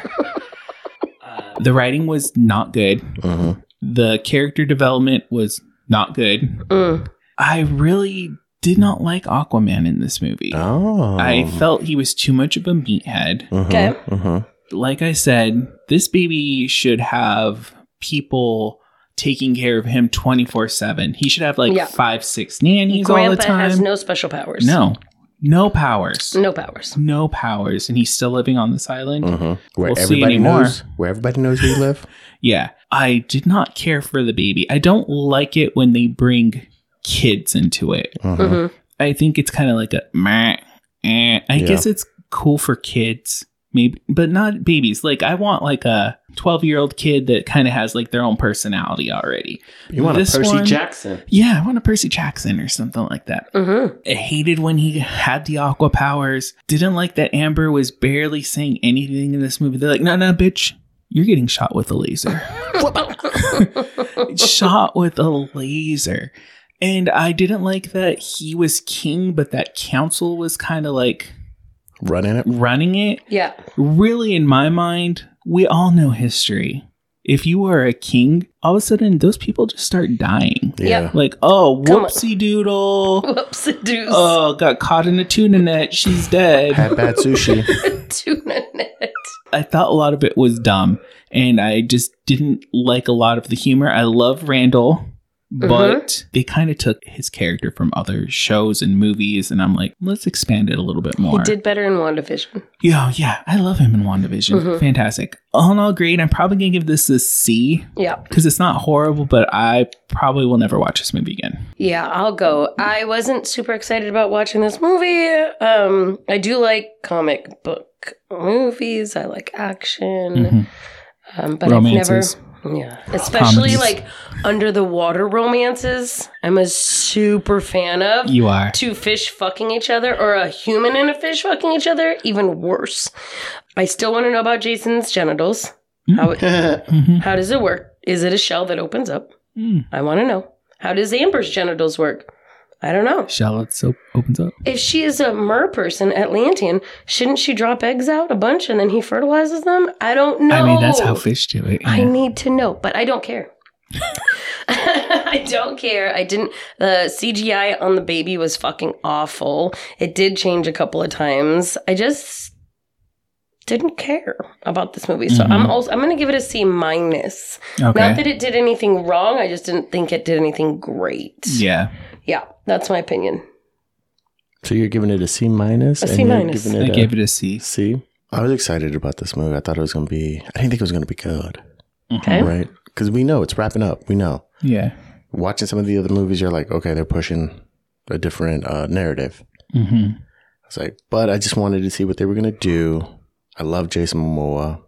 Speaker 2: Uh, the writing was not good.
Speaker 1: Mhm.
Speaker 2: The character development was not good.
Speaker 3: Mm.
Speaker 2: I really did not like Aquaman in this movie.
Speaker 1: Oh,
Speaker 2: I felt he was too much of a meathead.
Speaker 1: Mhm,
Speaker 3: Okay.
Speaker 1: mhm.
Speaker 2: Like I said, this baby should have people taking care of him 24 7. He should have like
Speaker 3: Yeah.
Speaker 2: five, six nannies all the
Speaker 3: Grandpa
Speaker 2: time.
Speaker 3: has no special powers.
Speaker 2: no, no powers.
Speaker 3: No powers.
Speaker 2: No powers. And he's still living on this island.
Speaker 1: Mhm. Where
Speaker 2: We'll see
Speaker 1: everybody
Speaker 2: anymore.
Speaker 1: knows where everybody knows we live.
Speaker 2: Yeah. I did not care for the baby. I don't like it when they bring kids into it.
Speaker 1: Mhm.
Speaker 3: Mm-hmm.
Speaker 2: I think it's kind of like a meh. eh. I
Speaker 1: Yeah.
Speaker 2: guess it's cool for kids, maybe, but not babies. Like I want like a 12-year-old kid that kind of has like their own personality already.
Speaker 1: You want
Speaker 2: This
Speaker 1: a Percy
Speaker 2: one-
Speaker 1: Jackson?
Speaker 2: Yeah, I want a Percy Jackson or something like that.
Speaker 3: Mm-hmm.
Speaker 2: I hated when he had the aqua powers. Didn't like that Amber was barely saying anything in this movie. They're like, "No, no, bitch. You're getting shot with a laser.
Speaker 3: Mm-hmm.
Speaker 2: shot with a laser. And I didn't like that he was king, but that council was kind of like
Speaker 1: Running it.
Speaker 2: running it.
Speaker 3: yeah.
Speaker 2: Really, in my mind, we all know history. If you are a king, all of a sudden those people just start dying.
Speaker 1: Yeah.
Speaker 2: Like, oh,
Speaker 3: Come on.
Speaker 2: whoopsie doodle.
Speaker 3: Whoops, it doos.
Speaker 2: Oh, got caught in a tuna net. She's dead.
Speaker 1: Had bad sushi.
Speaker 3: Tuna net.
Speaker 2: I thought a lot of it was dumb, and I just didn't like a lot of the humor. I love Randall,
Speaker 3: Mm-hmm.
Speaker 2: but they kind of took his character from other shows and movies, and I'm like, let's expand it a little bit more.
Speaker 3: He did better in WandaVision.
Speaker 2: Yo, yeah, I love him in WandaVision.
Speaker 3: Mhm.
Speaker 2: Fantastic. All in all, great. I'm probably gonna give this a C
Speaker 3: Yeah.
Speaker 2: because it's not horrible, but I probably will never watch this movie again.
Speaker 3: Yeah, I'll go. I wasn't super excited about watching this movie. Um, I do like comic book movies. I like
Speaker 2: Mhm.
Speaker 3: action. Um, but
Speaker 2: Romances.
Speaker 3: I've never, yeah, especially
Speaker 2: Comedies.
Speaker 3: like under the water romances. I'm a super fan of.
Speaker 2: You are.
Speaker 3: Two fish fucking each other, or a human and a fish fucking each other, even worse. I still want to know about Jason's genitals.
Speaker 2: Hmm.
Speaker 3: How it,
Speaker 2: Mhm.
Speaker 3: how does it work? Is it a shell that opens up?
Speaker 2: Mm.
Speaker 3: I want to know. How does Amber's genitals work? I don't know.
Speaker 2: Shallot soap opens up.
Speaker 3: If she is a mer person, Atlantean, shouldn't she drop eggs out a bunch and then he fertilizes them? I don't know.
Speaker 2: I mean, that's how fish do it.
Speaker 3: I
Speaker 2: yeah.
Speaker 3: need to know, but I don't care. I don't care. I didn't. The CGI on the baby was fucking awful. It did change a couple of times. I just didn't care about this movie, so I'm
Speaker 2: Mhm.
Speaker 3: also I'm gonna give it a C minus.
Speaker 2: okay.
Speaker 3: Not that it did anything wrong. I just didn't think it did anything great.
Speaker 2: yeah.
Speaker 3: yeah that's my opinion.
Speaker 1: So you're giving it a C minus.
Speaker 3: A
Speaker 1: and
Speaker 3: C
Speaker 1: you're
Speaker 3: minus.
Speaker 1: giving
Speaker 2: I
Speaker 1: a
Speaker 2: gave it a C.
Speaker 1: C. I was excited about this movie. I thought it was going to be. I didn't think it was going to be good,
Speaker 3: Okay.
Speaker 1: right? Because we know it's wrapping up. We know.
Speaker 2: Mm-hmm. Yeah.
Speaker 1: Watching some of the other movies, you're like, okay, they're pushing a different uh, narrative.
Speaker 2: hmm
Speaker 1: I was like, but I just wanted to see what they were going to do. I love Jason Momoa.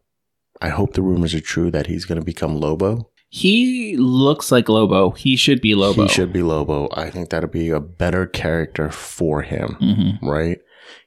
Speaker 1: I hope the rumors are true that he's going to become Lobo.
Speaker 2: He looks like Lobo. He should be Lobo.
Speaker 1: He should be Lobo. I think that'll be a better character for him,
Speaker 2: hmm
Speaker 1: right?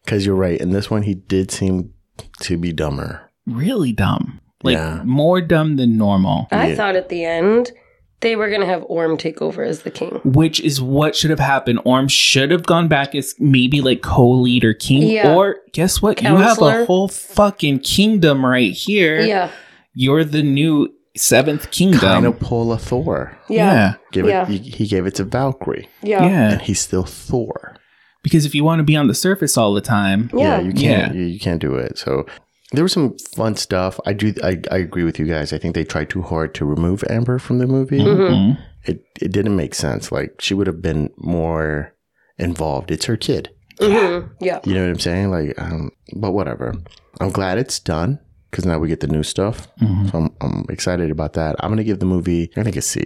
Speaker 1: Because you're right. In this one, he did seem to be dumber.
Speaker 2: Really dumb. Like
Speaker 1: Yeah.
Speaker 2: more dumb than normal,
Speaker 3: I
Speaker 1: Yeah.
Speaker 3: thought at the end they were gonna have Orm take over as the king.
Speaker 2: which is what should have happened. Orm should have gone back as maybe like co-lead or king.
Speaker 3: Yeah.
Speaker 2: Or guess what? You have a
Speaker 3: Counselor.
Speaker 2: whole fucking kingdom right here.
Speaker 3: Yeah,
Speaker 2: You're the new seventh kingdom.
Speaker 1: Kind of pull a Thor.
Speaker 3: yeah,
Speaker 1: Give
Speaker 3: Yeah.
Speaker 1: it, he, he gave it to Valkyrie,
Speaker 3: yeah,
Speaker 2: Yeah.
Speaker 3: yeah.
Speaker 2: Yeah.
Speaker 1: and he's still Thor.
Speaker 2: Because if you want to be on the surface all the time,
Speaker 1: you can't. You, you can't do it. So there was some fun stuff. I do. I, I agree with you guys. I think they tried too hard to remove Amber from the movie.
Speaker 3: Mm-hmm.
Speaker 2: mhm.
Speaker 1: It it didn't make sense. Like she would have been more involved. It's her kid.
Speaker 3: Mhm. yeah.
Speaker 1: You know what I'm saying? Like, um, but whatever. I'm glad it's done because now we get the new stuff.
Speaker 2: Mm-hmm.
Speaker 1: So I'm, I'm excited about that. I'm gonna give the movie. I think a C.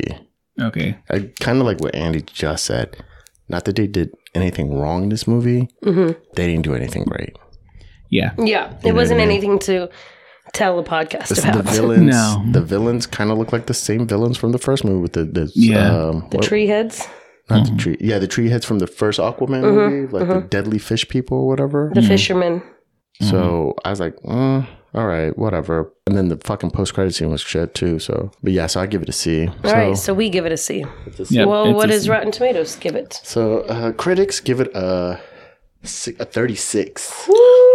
Speaker 2: okay.
Speaker 1: I kind of like what Andy just said. Not that they did anything wrong in this movie.
Speaker 3: Mhm.
Speaker 1: They didn't do anything great.
Speaker 2: Yeah.
Speaker 3: Yeah, it
Speaker 1: You know
Speaker 3: wasn't
Speaker 1: what I mean?
Speaker 3: anything to tell a podcast
Speaker 1: It's the
Speaker 3: about. The,
Speaker 1: villains.
Speaker 2: No.
Speaker 1: The villains kind of look like the same villains from the first movie with the, the
Speaker 2: Yeah. Mm-hmm.
Speaker 1: um, what-
Speaker 3: tree heads,
Speaker 1: not the tree. Yeah, the tree heads from the first Aquaman movie, like the deadly fish people or whatever.
Speaker 3: the fishermen.
Speaker 1: So
Speaker 3: Mm-hmm.
Speaker 1: I was like, mm, all right, whatever. And then the fucking post credit scene was shit too. So, but yeah, so I give it a C.
Speaker 3: All
Speaker 1: so,
Speaker 3: right, so we give it a C.
Speaker 2: Yeah,
Speaker 3: well,
Speaker 2: it's
Speaker 3: what
Speaker 2: a
Speaker 3: is
Speaker 2: C.
Speaker 3: Rotten Tomatoes? Give it.
Speaker 1: so uh, critics give it a si- a thirty six.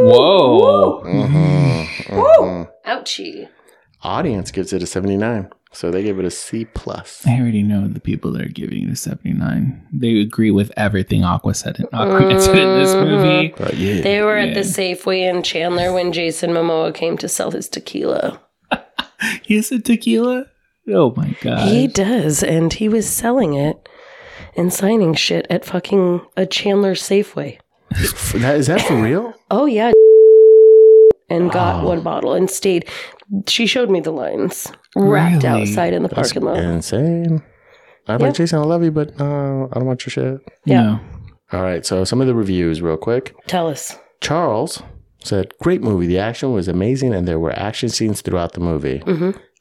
Speaker 2: Whoa.
Speaker 3: Ouchie.
Speaker 1: Mm-hmm, Audience gives it a seventy nine. So they give it a C plus.
Speaker 2: I already know the people that are giving it a 79. They agree with everything Aqua said in, Aquaman said in this movie.
Speaker 3: Mm-hmm.
Speaker 1: But yeah,
Speaker 3: They were at the Safeway in Chandler when Jason Momoa came to sell his tequila.
Speaker 2: He has a tequila? Oh my god.
Speaker 3: He does, and he was selling it and signing shit at fucking a Chandler Safeway.
Speaker 1: F- that, is that for real?
Speaker 3: Oh yeah. And got one bottle and stayed. She showed me the lines wrapped
Speaker 2: Really?
Speaker 3: outside in the parking lot.
Speaker 1: Insane. I like
Speaker 3: Yeah.
Speaker 1: Jason. I love you, but uh, I don't want your shit.
Speaker 3: Yeah.
Speaker 2: No.
Speaker 1: All right. So some of the reviews, real quick.
Speaker 3: Tell us.
Speaker 1: Charles said, Great movie. The action was amazing and there were action scenes throughout the movie.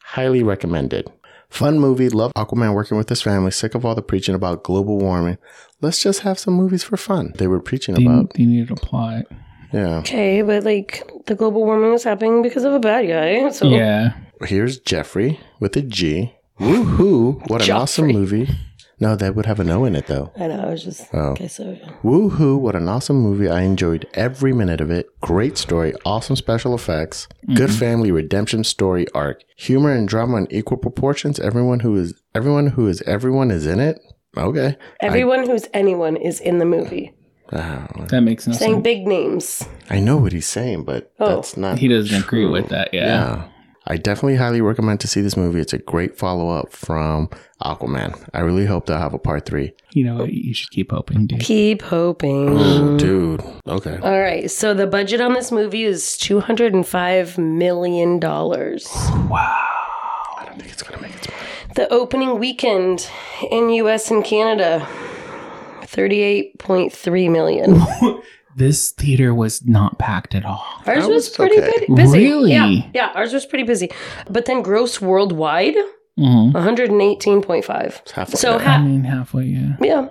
Speaker 1: Highly recommended. Fun movie. Love Aquaman working with his family. Sick of all the preaching about global warming. Let's just have some movies for fun. They were preaching
Speaker 2: They,
Speaker 1: about.
Speaker 2: they needed a plot.
Speaker 1: Yeah.
Speaker 2: Oh.
Speaker 3: Okay, but like the global warming is happening because of a bad guy. So
Speaker 2: Yeah.
Speaker 1: here's Jeffrey with a G. Woohoo! What an awesome
Speaker 3: Joffrey.
Speaker 1: movie. No, that would have an O in it though.
Speaker 3: I know. I was just
Speaker 1: Oh.
Speaker 3: okay. So
Speaker 1: Woohoo! What an awesome movie. I enjoyed every minute of it. Great story, awesome special effects, good
Speaker 2: Mm-hmm.
Speaker 1: family redemption story arc, humor and drama in equal proportions. Everyone who is everyone who is everyone is in it. Okay.
Speaker 3: everyone who's anyone is in the movie,
Speaker 1: Uh,
Speaker 2: That makes no
Speaker 3: saying
Speaker 2: sense.
Speaker 3: big names.
Speaker 1: I know what he's saying, but
Speaker 3: Oh.
Speaker 1: that's not
Speaker 2: He doesn't agree
Speaker 1: true.
Speaker 2: with that. Yeah.
Speaker 1: Yeah. I definitely highly recommend to see this movie. It's a great follow up from Aquaman. I really hope they'll have a part three.
Speaker 2: You know, what? you should keep hoping, dude.
Speaker 3: Keep hoping.
Speaker 2: Mm.
Speaker 1: Oh, dude.
Speaker 2: Uh,
Speaker 1: Okay.
Speaker 3: All right. So the budget on this movie is two hundred and five million dollars.
Speaker 1: I don't think it's going to make its money.
Speaker 3: The opening weekend in U.S. and Canada, thirty-eight point three million.
Speaker 2: This theater was not packed at all.
Speaker 3: Ours
Speaker 1: That
Speaker 3: was,
Speaker 1: was
Speaker 3: pretty
Speaker 1: okay.
Speaker 3: bu- busy.
Speaker 2: Really?
Speaker 3: Yeah, yeah. Ours was pretty busy. But then gross worldwide,
Speaker 2: Mm-hmm.
Speaker 3: one hundred and eighteen point five.
Speaker 1: It's half
Speaker 3: So
Speaker 1: okay.
Speaker 2: I
Speaker 3: ha-
Speaker 2: mean, halfway, yeah.
Speaker 3: yeah,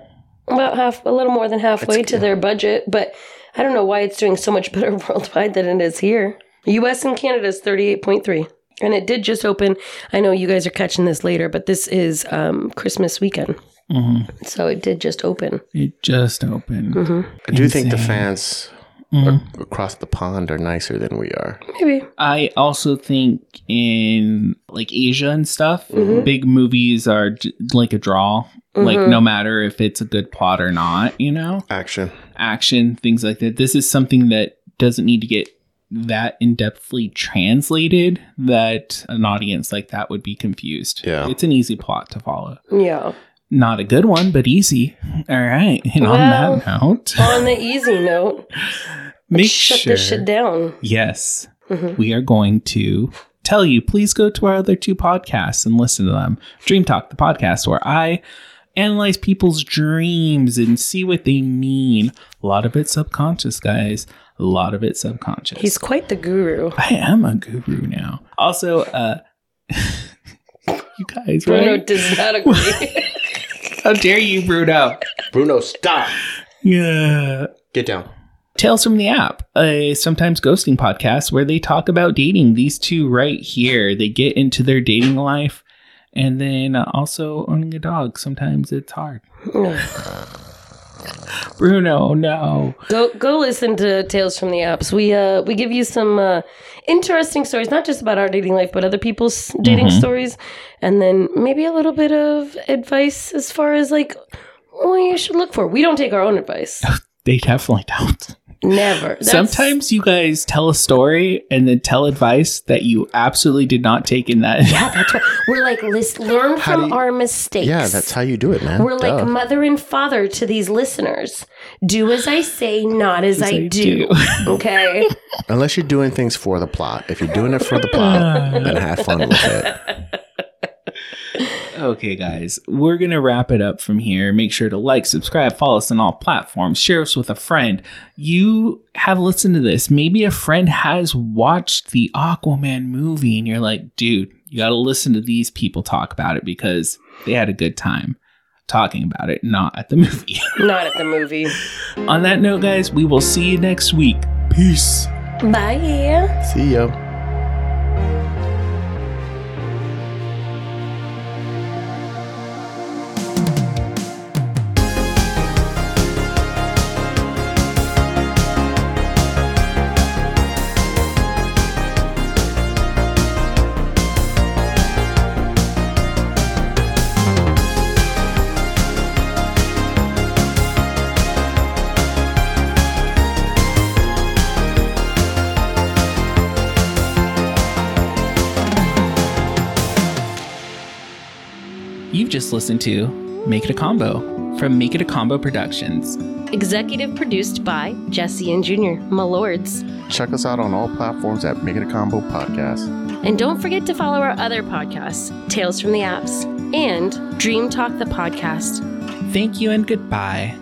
Speaker 3: about half, a little more than halfway
Speaker 1: That's-
Speaker 3: to their budget. But I don't know why it's doing so much better worldwide than it is here. U.S. and Canada is thirty-eight point three. And it did just open. I know you guys are catching this later, but this is um, Christmas weekend.
Speaker 2: hmm
Speaker 3: So it did just open.
Speaker 2: It just opened.
Speaker 3: hmm
Speaker 1: I do think the
Speaker 2: Insane.
Speaker 1: fans
Speaker 2: Mhm.
Speaker 1: a- across the pond are nicer than we are.
Speaker 3: Maybe.
Speaker 2: I also think in like Asia and stuff,
Speaker 3: Mhm.
Speaker 2: big movies are j- like a draw. Like
Speaker 3: Mhm.
Speaker 2: no matter if it's a good plot or not, you know,
Speaker 1: Action.
Speaker 2: action things like that. This is something that doesn't need to get that in depthly translated that an audience like that would be confused.
Speaker 1: Yeah.
Speaker 2: it's an easy plot to follow.
Speaker 3: Yeah.
Speaker 2: Not a good one, but easy. All right, and on that note,
Speaker 3: On the easy note,
Speaker 2: make
Speaker 3: let's shut
Speaker 2: sure.
Speaker 3: this shit down.
Speaker 2: Yes,
Speaker 3: Mhm.
Speaker 2: we are going to tell you please go to our other two podcasts and listen to them dream talk the podcast where i analyze people's dreams and see what they mean a lot of it subconscious guys a lot of it subconscious
Speaker 3: He's quite the guru.
Speaker 2: i am a guru now also uh you guys
Speaker 3: Bruno
Speaker 2: right
Speaker 3: does not agree.
Speaker 2: how dare you bruno
Speaker 1: Bruno, stop.
Speaker 2: yeah
Speaker 1: Get down.
Speaker 2: Tales from the App, a sometimes ghosting podcast where they talk about dating. These two right here, they get into their dating life and then uh, also owning a dog. Sometimes it's hard.
Speaker 3: Oh.
Speaker 2: Bruno, no.
Speaker 3: go go listen to Tales from the Apps. We uh we give you some uh, interesting stories, not just about our dating life, but other people's dating
Speaker 1: Mm-hmm.
Speaker 2: Mhm.
Speaker 3: stories, and then maybe a little bit of advice as far as like what you should look for. We don't take our own advice.
Speaker 2: They definitely don't.
Speaker 3: Never. That's-
Speaker 2: Sometimes you guys tell a story and then tell advice that you absolutely did not take in that.
Speaker 3: Yeah, that's right. We're like, list, learn
Speaker 1: How do
Speaker 3: from
Speaker 1: you-
Speaker 3: our mistakes.
Speaker 1: Yeah, that's how you do it, man.
Speaker 3: We're like
Speaker 1: Duh.
Speaker 3: mother and father to these listeners. Do as I say, not as, I, do. Okay.
Speaker 1: Unless you're doing things for the plot. If you're doing it for the plot, then have fun with it.
Speaker 2: Okay, guys, we're going to wrap it up from here. Make sure to like, subscribe, follow us on all platforms, share us with a friend. You have listened to this. Maybe a friend has watched the Aquaman movie and you're like, dude, you got to listen to these people talk about it because they had a good time talking about it, not at the movie.
Speaker 3: not at the movie.
Speaker 2: on that note, guys, we will see you next week. Peace.
Speaker 3: Bye.
Speaker 1: See ya.
Speaker 2: You've just listened to Make It a Combo from Make It a Combo Productions.
Speaker 3: Executive produced by Jesse and Junior, my lords.
Speaker 1: Check us out on all platforms at Make It a Combo Podcast.
Speaker 3: And don't forget to follow our other podcasts, Tales from the Apps and Dream Talk the Podcast.
Speaker 2: Thank you and goodbye.